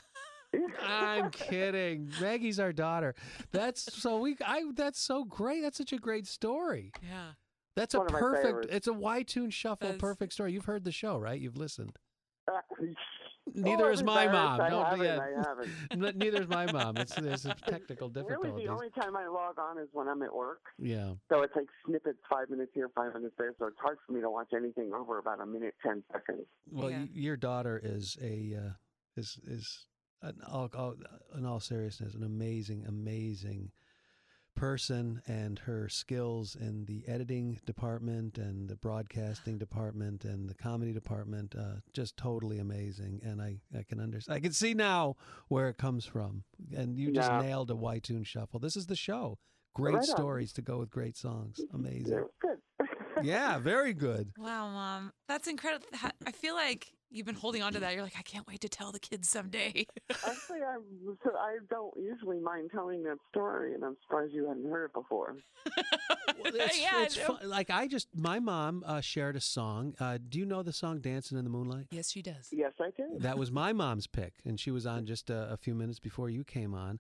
Speaker 3: I'm kidding. Maggie's our daughter. That's so we. I. That's so great. That's such a great story.
Speaker 2: Yeah.
Speaker 3: That's a
Speaker 8: One of my
Speaker 3: perfect.
Speaker 8: favorites.
Speaker 3: It's a Y tune shuffle
Speaker 2: That's-
Speaker 3: perfect story. You've heard the show, right? You've listened.
Speaker 8: Oh,
Speaker 3: Neither is
Speaker 8: every
Speaker 3: my
Speaker 8: virus
Speaker 3: mom.
Speaker 8: I
Speaker 3: Don't
Speaker 8: haven't,
Speaker 3: be a-
Speaker 8: I haven't.
Speaker 3: N- Neither is my mom. It's there's some technical difficulties.
Speaker 8: Really, the only time I log on is when I'm at work.
Speaker 3: yeah.
Speaker 8: So it's like snippets, five minutes here, five minutes there. So it's hard for me to watch anything over about a minute, ten seconds.
Speaker 3: Well,
Speaker 2: Yeah.
Speaker 3: y- your daughter is a uh, is is an all, all, in all seriousness an amazing amazing person and her skills in the editing department and the broadcasting department and the comedy department uh, just totally amazing and I, I can understand I can see now where it comes from and you just
Speaker 8: Yeah.
Speaker 3: nailed a Y tune shuffle this is the show great
Speaker 8: Right on.
Speaker 3: stories to go with great songs amazing
Speaker 8: Good.
Speaker 3: yeah very good
Speaker 2: Wow, mom, that's incredible. I feel like you've been holding on to that. You're like, I can't wait to tell the kids someday.
Speaker 8: Actually, I'm, so I don't usually mind telling that story, and I'm surprised you hadn't heard it before.
Speaker 3: Well, it's,
Speaker 2: Yeah, I
Speaker 3: it's
Speaker 2: know.
Speaker 3: fun. like I just my mom uh, shared a song. Uh, do you know the song "Dancing in the Moonlight"?
Speaker 2: yes, she does.
Speaker 8: Yes, I did.
Speaker 3: That was my mom's pick, and she was on just a, a few minutes before you came on.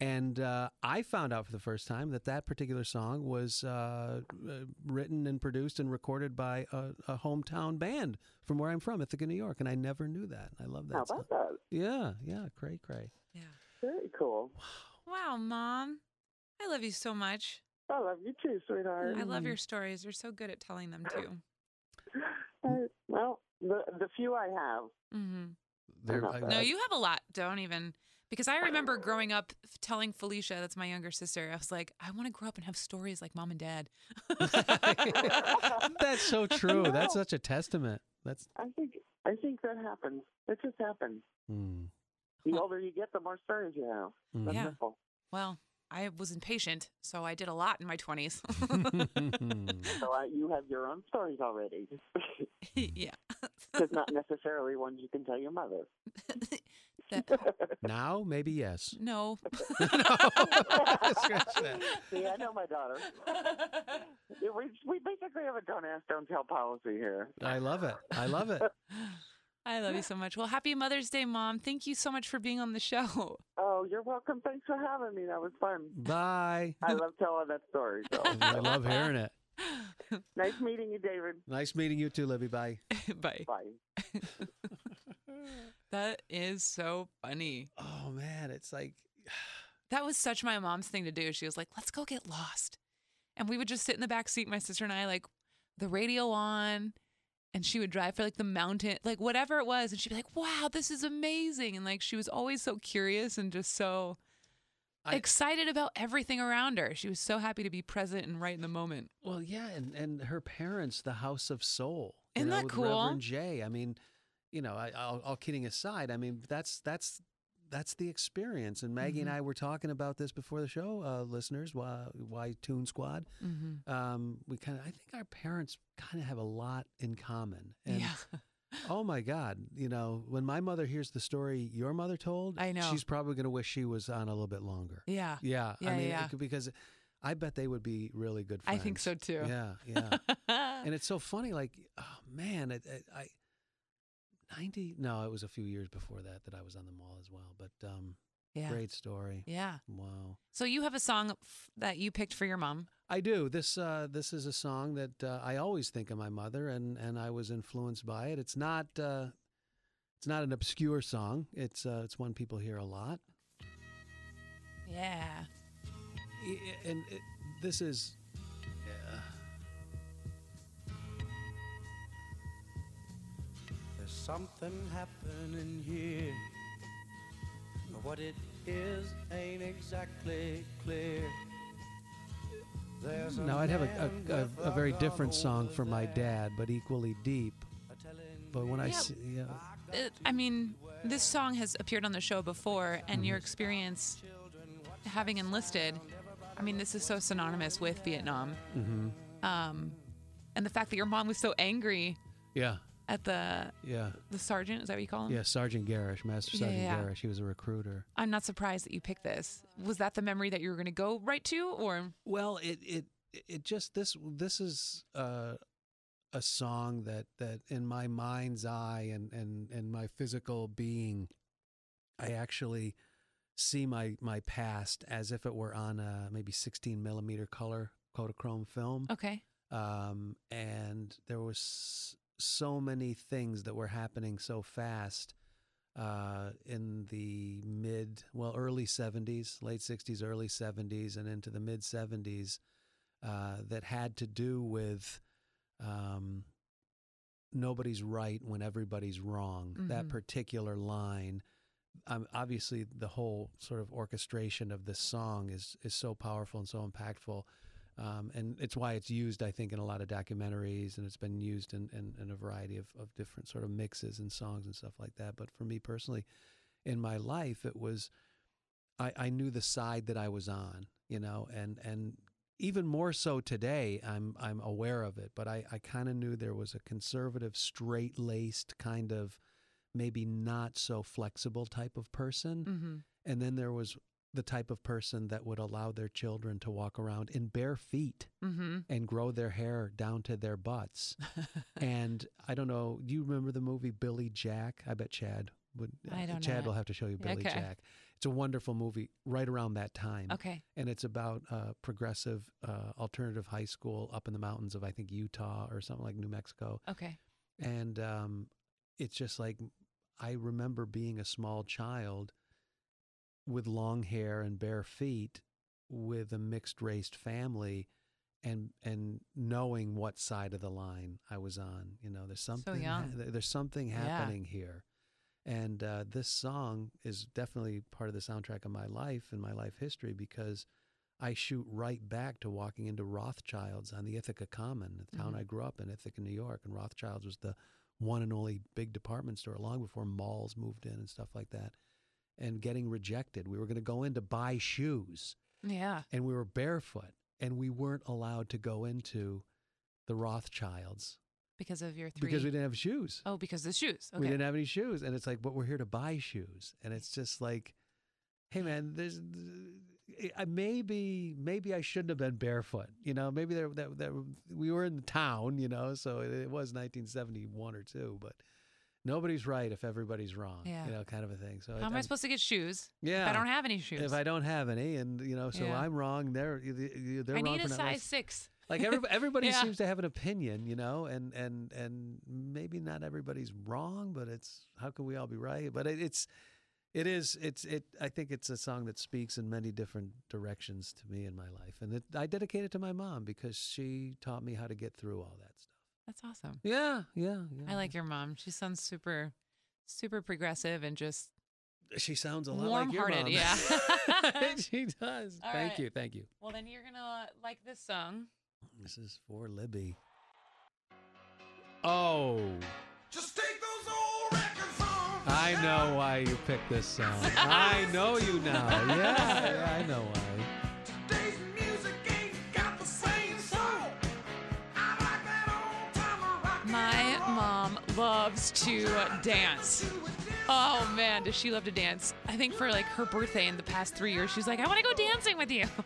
Speaker 3: And uh, I found out for the first time that that particular song was uh, uh, written and produced and recorded by a, a hometown band from where I'm from, Ithaca, New York. And I never knew that. I love that
Speaker 8: How
Speaker 3: song.
Speaker 8: about that?
Speaker 3: Yeah, yeah, cray cray.
Speaker 2: Yeah.
Speaker 8: Very cool.
Speaker 2: Wow, mom, I love you so much.
Speaker 8: I love you too, sweetheart.
Speaker 2: I love your stories. You're so good at telling them too.
Speaker 8: Uh, well, the the few I have.
Speaker 2: Mm-hmm.
Speaker 3: There,
Speaker 8: How about
Speaker 3: I-
Speaker 2: No,
Speaker 8: Uh,
Speaker 2: you have a lot. Don't even. Because I remember growing up f- telling Felicia, that's my younger sister, I was like, I want to grow up and have stories like mom and dad.
Speaker 3: That's so true. That's
Speaker 8: No.
Speaker 3: such a testament. That's
Speaker 8: I think I think that happens. It just happens.
Speaker 3: mm,
Speaker 8: The
Speaker 2: Huh.
Speaker 8: older you get, the more stories you have.
Speaker 3: mm.
Speaker 8: That's
Speaker 2: Yeah.
Speaker 8: simple.
Speaker 2: well, I was impatient, so I did a lot in my 20s.
Speaker 8: So uh, you have your own stories already.
Speaker 2: yeah.
Speaker 8: Because not necessarily ones you can tell your mother.
Speaker 2: That-
Speaker 3: now, maybe yes.
Speaker 2: no.
Speaker 3: Scratch that.
Speaker 8: See, I know my daughter. Yeah, We, we basically have a don't ask, don't tell policy here.
Speaker 3: I love it. I love it.
Speaker 2: I love you so much. Well, happy Mother's Day, mom. Thank you so much for being on the show.
Speaker 8: Oh, you're welcome. Thanks for having me. That was fun.
Speaker 3: Bye.
Speaker 8: I love telling that story. So.
Speaker 3: I love hearing it.
Speaker 8: nice meeting you, David.
Speaker 3: Nice meeting you too, Libby. Bye.
Speaker 2: Bye.
Speaker 8: Bye.
Speaker 2: That is so funny.
Speaker 3: Oh man, it's like
Speaker 2: That was such my mom's thing to do. She was like, let's go get lost. And we would just sit in the back seat, my sister and I, like the radio on, and she would drive for like the mountain, like whatever it was. And she'd be like, wow, this is amazing. And like she was always so curious and just so
Speaker 3: I-
Speaker 2: excited about everything around her. She was so happy to be present and right in the moment.
Speaker 3: well, yeah, and and her parents, the House of Soul. you
Speaker 2: Isn't
Speaker 3: know,
Speaker 2: that
Speaker 3: with
Speaker 2: cool?
Speaker 3: Reverend Jay. I mean, you know, I, all, all kidding aside, I mean that's that's that's the experience. And Maggie
Speaker 2: Mm-hmm.
Speaker 3: and I were talking about this before the show, uh, listeners. Why, why Tune Squad?
Speaker 2: Mm-hmm.
Speaker 3: Um, we kind of, I think our parents kind of have a lot in common. And
Speaker 2: yeah.
Speaker 3: Oh my God! You know, when my mother hears the story your mother told,
Speaker 2: I know.
Speaker 3: she's probably going to wish she was on a little bit longer.
Speaker 2: Yeah.
Speaker 3: Yeah,
Speaker 2: Yeah,
Speaker 3: I mean,
Speaker 2: yeah.
Speaker 3: it could- because I bet they would be really good
Speaker 2: I
Speaker 3: friends.
Speaker 2: think so too.
Speaker 3: Yeah, yeah. and it's so funny. Like, oh man, it, it, I ninety. No, it was a few years before that that I was on the mall as well. But um,
Speaker 2: yeah.
Speaker 3: great story.
Speaker 2: Yeah.
Speaker 3: Wow.
Speaker 2: So you have a song f- that you picked for your mom.
Speaker 3: I do. This uh, this is a song that uh, I always think of my mother, and, and I was influenced by it. It's not uh, it's not an obscure song. It's uh, it's one people hear a lot,
Speaker 2: Yeah.
Speaker 3: I- I- and it, this is. Uh,
Speaker 9: There's something happening here. What it is ain't exactly clear. There's a
Speaker 3: now I'd have a,
Speaker 9: man
Speaker 3: a,
Speaker 9: with
Speaker 3: a, a very
Speaker 9: gun
Speaker 3: different song
Speaker 9: over
Speaker 3: for my
Speaker 9: there
Speaker 3: dad, but equally deep.
Speaker 9: telling
Speaker 3: But when I
Speaker 2: Yeah.
Speaker 3: see, yeah,
Speaker 2: Uh, I mean, this song has appeared on the show before, and
Speaker 3: Mm-hmm.
Speaker 2: your experience having enlisted, I mean, this is so synonymous with Vietnam.
Speaker 3: Mm-hmm.
Speaker 2: Um, and the fact that your mom was so angry
Speaker 3: yeah,
Speaker 2: at the
Speaker 3: yeah,
Speaker 2: the sergeant, is that what you call him?
Speaker 3: yeah. Sergeant Garish, Master
Speaker 2: Yeah,
Speaker 3: Sergeant
Speaker 2: yeah.
Speaker 3: Garish, he was a recruiter.
Speaker 2: I'm not surprised that you picked this. Was that the memory that you were going to go right to, or
Speaker 3: Well, it it it just this this is uh, a song that that in my mind's eye and and and my physical being, I actually see my my past as if it were on a maybe 16 millimeter color Kodachrome film
Speaker 2: okay,
Speaker 3: um, and there was s- so many things that were happening so fast uh, in the mid, well, early 70s, late 60s, early 70s, and into the mid 70s uh, that had to do with um, nobody's right when everybody's wrong. That
Speaker 2: Mhm.
Speaker 3: particular line. Um, obviously, the whole sort of orchestration of this song is is so powerful and so impactful, um, and it's why it's used, I think, in a lot of documentaries, and it's been used in, in, in a variety of, of different sort of mixes and songs and stuff like that. But for me personally, in my life, it was I, I knew the side that I was on, you know, and and even more so today, I'm I'm aware of it. But I, I kind of knew there was a conservative, straight laced kind of maybe not so flexible type of person,
Speaker 2: Mm-hmm.
Speaker 3: and then there was the type of person that would allow their children to walk around in bare feet
Speaker 2: Mm-hmm.
Speaker 3: and grow their hair down to their butts. and I don't know, do you remember the movie Billy Jack? I bet Chad would.
Speaker 2: I don't
Speaker 3: Chad
Speaker 2: know
Speaker 3: will
Speaker 2: it.
Speaker 3: have to show you Billy
Speaker 2: Okay.
Speaker 3: Jack. It's a wonderful movie right around that time.
Speaker 2: Okay.
Speaker 3: And it's about a progressive uh, alternative high school up in the mountains of, I think, Utah or something like New Mexico.
Speaker 2: Okay.
Speaker 3: And um, it's just like I remember being a small child with long hair and bare feet with a mixed raced family and and knowing what side of the line I was on. You know, there's something ha-
Speaker 2: young.
Speaker 3: there- there's something
Speaker 2: Yeah.
Speaker 3: happening here. And uh, this song is definitely part of the soundtrack of my life and my life history because I shoot right back to walking into Rothschild's on the Ithaca Common, the town I grew up in, Ithaca, New York. And Rothschild's was the one and only big department store long before malls moved in and stuff like that. And getting rejected. We were going to go in to buy shoes
Speaker 2: Yeah.
Speaker 3: and we were barefoot and we weren't allowed to go into the Rothschild's
Speaker 2: Because of your three.
Speaker 3: because we didn't have shoes.
Speaker 2: oh, because the shoes. Okay.
Speaker 3: We didn't have any shoes. And it's like, but we're here to buy shoes. And it's just like, hey, man, there's. I- Maybe maybe I shouldn't have been barefoot, you know. Maybe there that, that we were in the town, you know. So it, it was 1971 or two, but nobody's right if everybody's wrong,
Speaker 2: Yeah.
Speaker 3: you know, kind of a thing. So
Speaker 2: How am I
Speaker 3: I'm-
Speaker 2: supposed to get shoes? If
Speaker 3: Yeah.
Speaker 2: I don't have any shoes.
Speaker 3: if I don't have any, and you know, so
Speaker 2: Yeah.
Speaker 3: I'm wrong. They're they're
Speaker 2: I
Speaker 3: wrong
Speaker 2: need
Speaker 3: for
Speaker 2: a
Speaker 3: not
Speaker 2: size
Speaker 3: listening.
Speaker 2: six.
Speaker 3: Like everybody, everybody
Speaker 2: Yeah.
Speaker 3: seems to have an opinion, you know, and and and maybe not everybody's wrong, but it's how can we all be right? But it, it's it is it's it. I think it's a song that speaks in many different directions to me in my life, and it, I dedicate it to my mom because she taught me how to get through all that stuff.
Speaker 2: That's awesome.
Speaker 3: Yeah, yeah.
Speaker 2: I like your mom. She sounds super, super progressive and just
Speaker 3: She sounds a lot like your
Speaker 2: Warm-hearted,
Speaker 3: mom.
Speaker 2: yeah.
Speaker 3: she does.
Speaker 2: All
Speaker 3: thank
Speaker 2: right.
Speaker 3: you, thank you.
Speaker 2: Well, then you're gonna like this song.
Speaker 3: This is for Libby. Oh,
Speaker 5: Just take those old records from
Speaker 3: I know why you picked this song. I know you now. Yeah, yeah, I know why.
Speaker 5: today's music ain't got the same soul. I like that old timer rock and
Speaker 2: My
Speaker 5: roll.
Speaker 2: mom loves to dance.
Speaker 5: Do it different.
Speaker 2: Oh man, does she love to dance? I think for like her birthday in the past three years, she's like, I want to go dancing with you.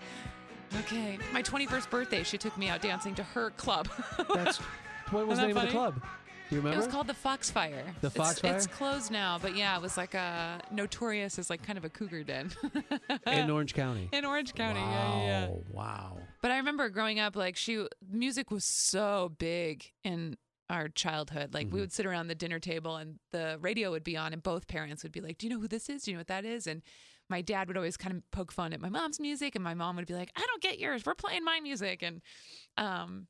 Speaker 2: Okay, my 21st birthday, she took me out dancing to her club.
Speaker 3: That's what was the name
Speaker 2: Isn't that
Speaker 3: of the
Speaker 2: funny?
Speaker 3: club? Do you
Speaker 2: It
Speaker 3: remember?
Speaker 2: was called the Foxfire.
Speaker 3: The
Speaker 2: It's- It's
Speaker 3: Foxfire?
Speaker 2: closed now, but yeah, it was like a notorious as like kind of a cougar den
Speaker 3: in Orange County.
Speaker 2: in Orange County.
Speaker 3: Wow,
Speaker 2: Yeah, yeah, yeah.
Speaker 3: wow.
Speaker 2: But I remember growing up, like she music was so big in our childhood. Like we would sit around the dinner table and the radio would be on, and both parents would be like, "Do you know who this is? Do you know what that is?" And my dad would always kind of poke fun at my mom's music, and my mom would be like, "I don't get yours. We're playing my music." And um,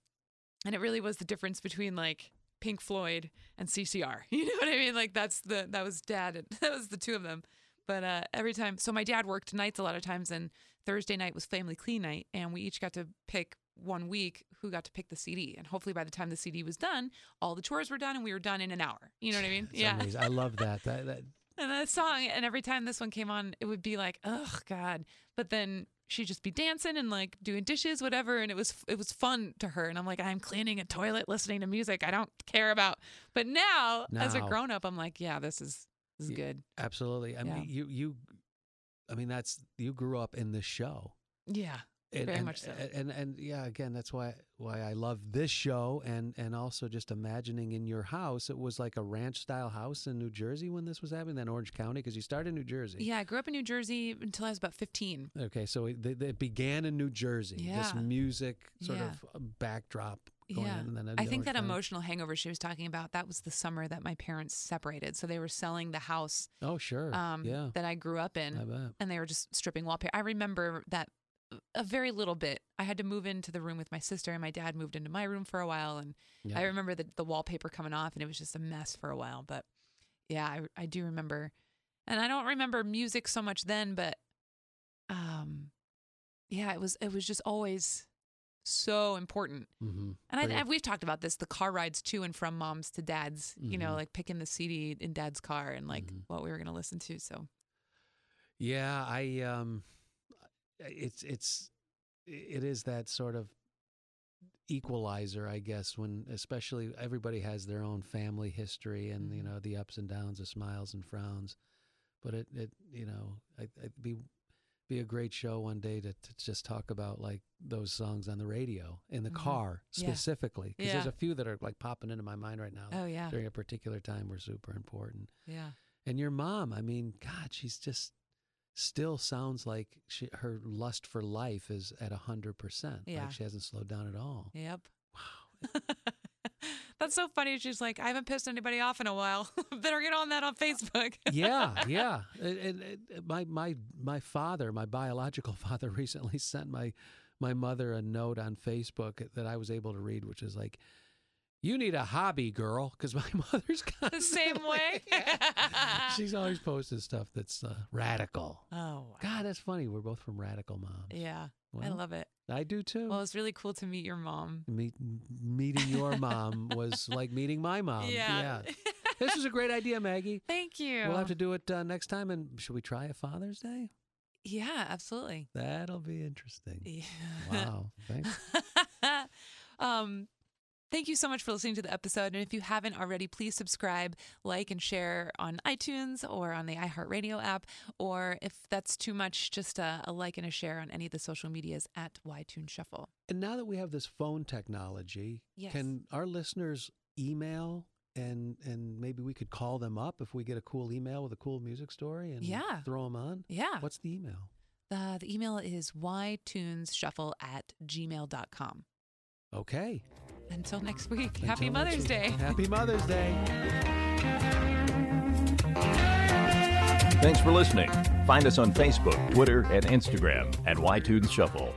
Speaker 2: and it really was the difference between like Pink Floyd and CCR. You know what I mean? Like that's the that was dad and that was the two of them. But uh, every time, so my dad worked nights a lot of times, and Thursday night was family clean night, and we each got to pick one week who got to pick the CD. And hopefully, by the time the CD was done, all the chores were done, and we were done in an hour. You know what I mean?
Speaker 3: That's amazing. I love that. That, that
Speaker 2: and that song and every time this one came on it would be like oh god but then she'd just be dancing and like doing dishes whatever and it was it was fun to her and i'm like i'm cleaning a toilet listening to music i don't care about but now, as a
Speaker 3: Now.
Speaker 2: grown up i'm like yeah this is this is
Speaker 3: Yeah.
Speaker 2: good
Speaker 3: absolutely. I
Speaker 2: Yeah.
Speaker 3: mean, you you. I mean, that's you grew up in this show.
Speaker 2: yeah
Speaker 3: and,
Speaker 2: Very
Speaker 3: and-
Speaker 2: much so.
Speaker 3: And, and and, yeah, again, that's why why I love this show, and and also just imagining in your house. It was like a ranch style house in New Jersey when this was happening, then Orange County, because you started in New Jersey.
Speaker 2: yeah i grew up in new jersey until i was about 15
Speaker 3: Okay, so it, th- th- it began in New Jersey.
Speaker 2: Yeah.
Speaker 3: This music sort
Speaker 2: Yeah.
Speaker 3: of backdrop going
Speaker 2: yeah.
Speaker 3: on and then I'd
Speaker 2: I
Speaker 3: go
Speaker 2: think that
Speaker 3: outside.
Speaker 2: emotional hangover she was talking about, that was the summer that my parents separated. So they were selling the house
Speaker 3: Oh sure.
Speaker 2: um,
Speaker 3: yeah.
Speaker 2: that I grew up in.
Speaker 3: I bet.
Speaker 2: and they were just stripping wallpaper. I remember that a very little bit. I had to move into the room with my sister, and my dad moved into my room for a while. And
Speaker 3: Yeah.
Speaker 2: I remember the, the wallpaper coming off, and it was just a mess for a while. But yeah, I, I do remember, and I don't remember music so much then, but um, yeah, it was it was just always so important.
Speaker 3: Mm-hmm.
Speaker 2: And
Speaker 3: Very-
Speaker 2: I, I, we've talked about this the car rides to and from mom's to dad's, you know,
Speaker 3: Mhm.
Speaker 2: like picking the CD in dad's car and like
Speaker 3: Mhm.
Speaker 2: what we were going to listen to. So,
Speaker 3: Yeah, I um it's it's it is that sort of equalizer, I guess, when especially everybody has their own family history and you
Speaker 2: Mhm.
Speaker 3: know the ups and downs, the smiles and frowns. But it it you know, I I'd be be a great show one day to, to just talk about like those songs on the radio in the
Speaker 2: Mhm.
Speaker 3: car
Speaker 2: Yeah.
Speaker 3: specifically because there's
Speaker 2: Yeah.
Speaker 3: a few that are like popping into my mind right now that
Speaker 2: oh yeah.
Speaker 3: during a particular time were super important.
Speaker 2: Yeah.
Speaker 3: And your mom, I mean, God, she's just still sounds like she, her lust for life is at 100%.
Speaker 2: Yeah.
Speaker 3: Like she hasn't slowed down at all.
Speaker 2: Yep. Wow. That's so funny. She's like, I haven't pissed anybody off in a while. Better get on that on Facebook.
Speaker 3: yeah, yeah. And- and- and my my my father, my biological father, recently sent my my mother a note on Facebook that I was able to read, which is like, "You need a hobby, girl," because my mother's
Speaker 2: the same way.
Speaker 3: She's always posted stuff that's uh, radical.
Speaker 2: oh, wow.
Speaker 3: God, that's funny. We're both from radical moms.
Speaker 2: Yeah. I
Speaker 3: Well,
Speaker 2: love it.
Speaker 3: I do too.
Speaker 2: Well, it's really cool to meet your mom.
Speaker 3: Meet, meeting your mom was like meeting my mom.
Speaker 2: yeah.
Speaker 3: This is a great idea, Maggie.
Speaker 2: Thank you.
Speaker 3: We'll have to do it uh, next time. And should we try a Father's Day?
Speaker 2: yeah, absolutely.
Speaker 3: That'll be interesting.
Speaker 2: Yeah.
Speaker 3: Wow. Thanks.
Speaker 2: um, thank you so much for listening to the episode. And if you haven't already, please subscribe, like, and share on iTunes or on the iHeartRadio app. Or if that's too much, just a, a like and a share on any of the social medias at YTuneShuffle. Shuffle.
Speaker 3: And now that we have this phone technology,
Speaker 6: Yes.
Speaker 3: can our listeners email and and maybe we could call them up if we get a cool email with a cool music story and
Speaker 2: Yeah.
Speaker 3: throw them on?
Speaker 2: Yeah.
Speaker 3: What's the email?
Speaker 2: The, the email is ytuneshuffle at gmail.com.
Speaker 3: Okay.
Speaker 2: Until next week, happy
Speaker 3: Until
Speaker 2: Mother's
Speaker 3: next week.
Speaker 2: Day.
Speaker 3: Happy Mother's Day.
Speaker 1: Thanks for listening. Find us on Facebook, Twitter, and Instagram at YTunes Shuffle.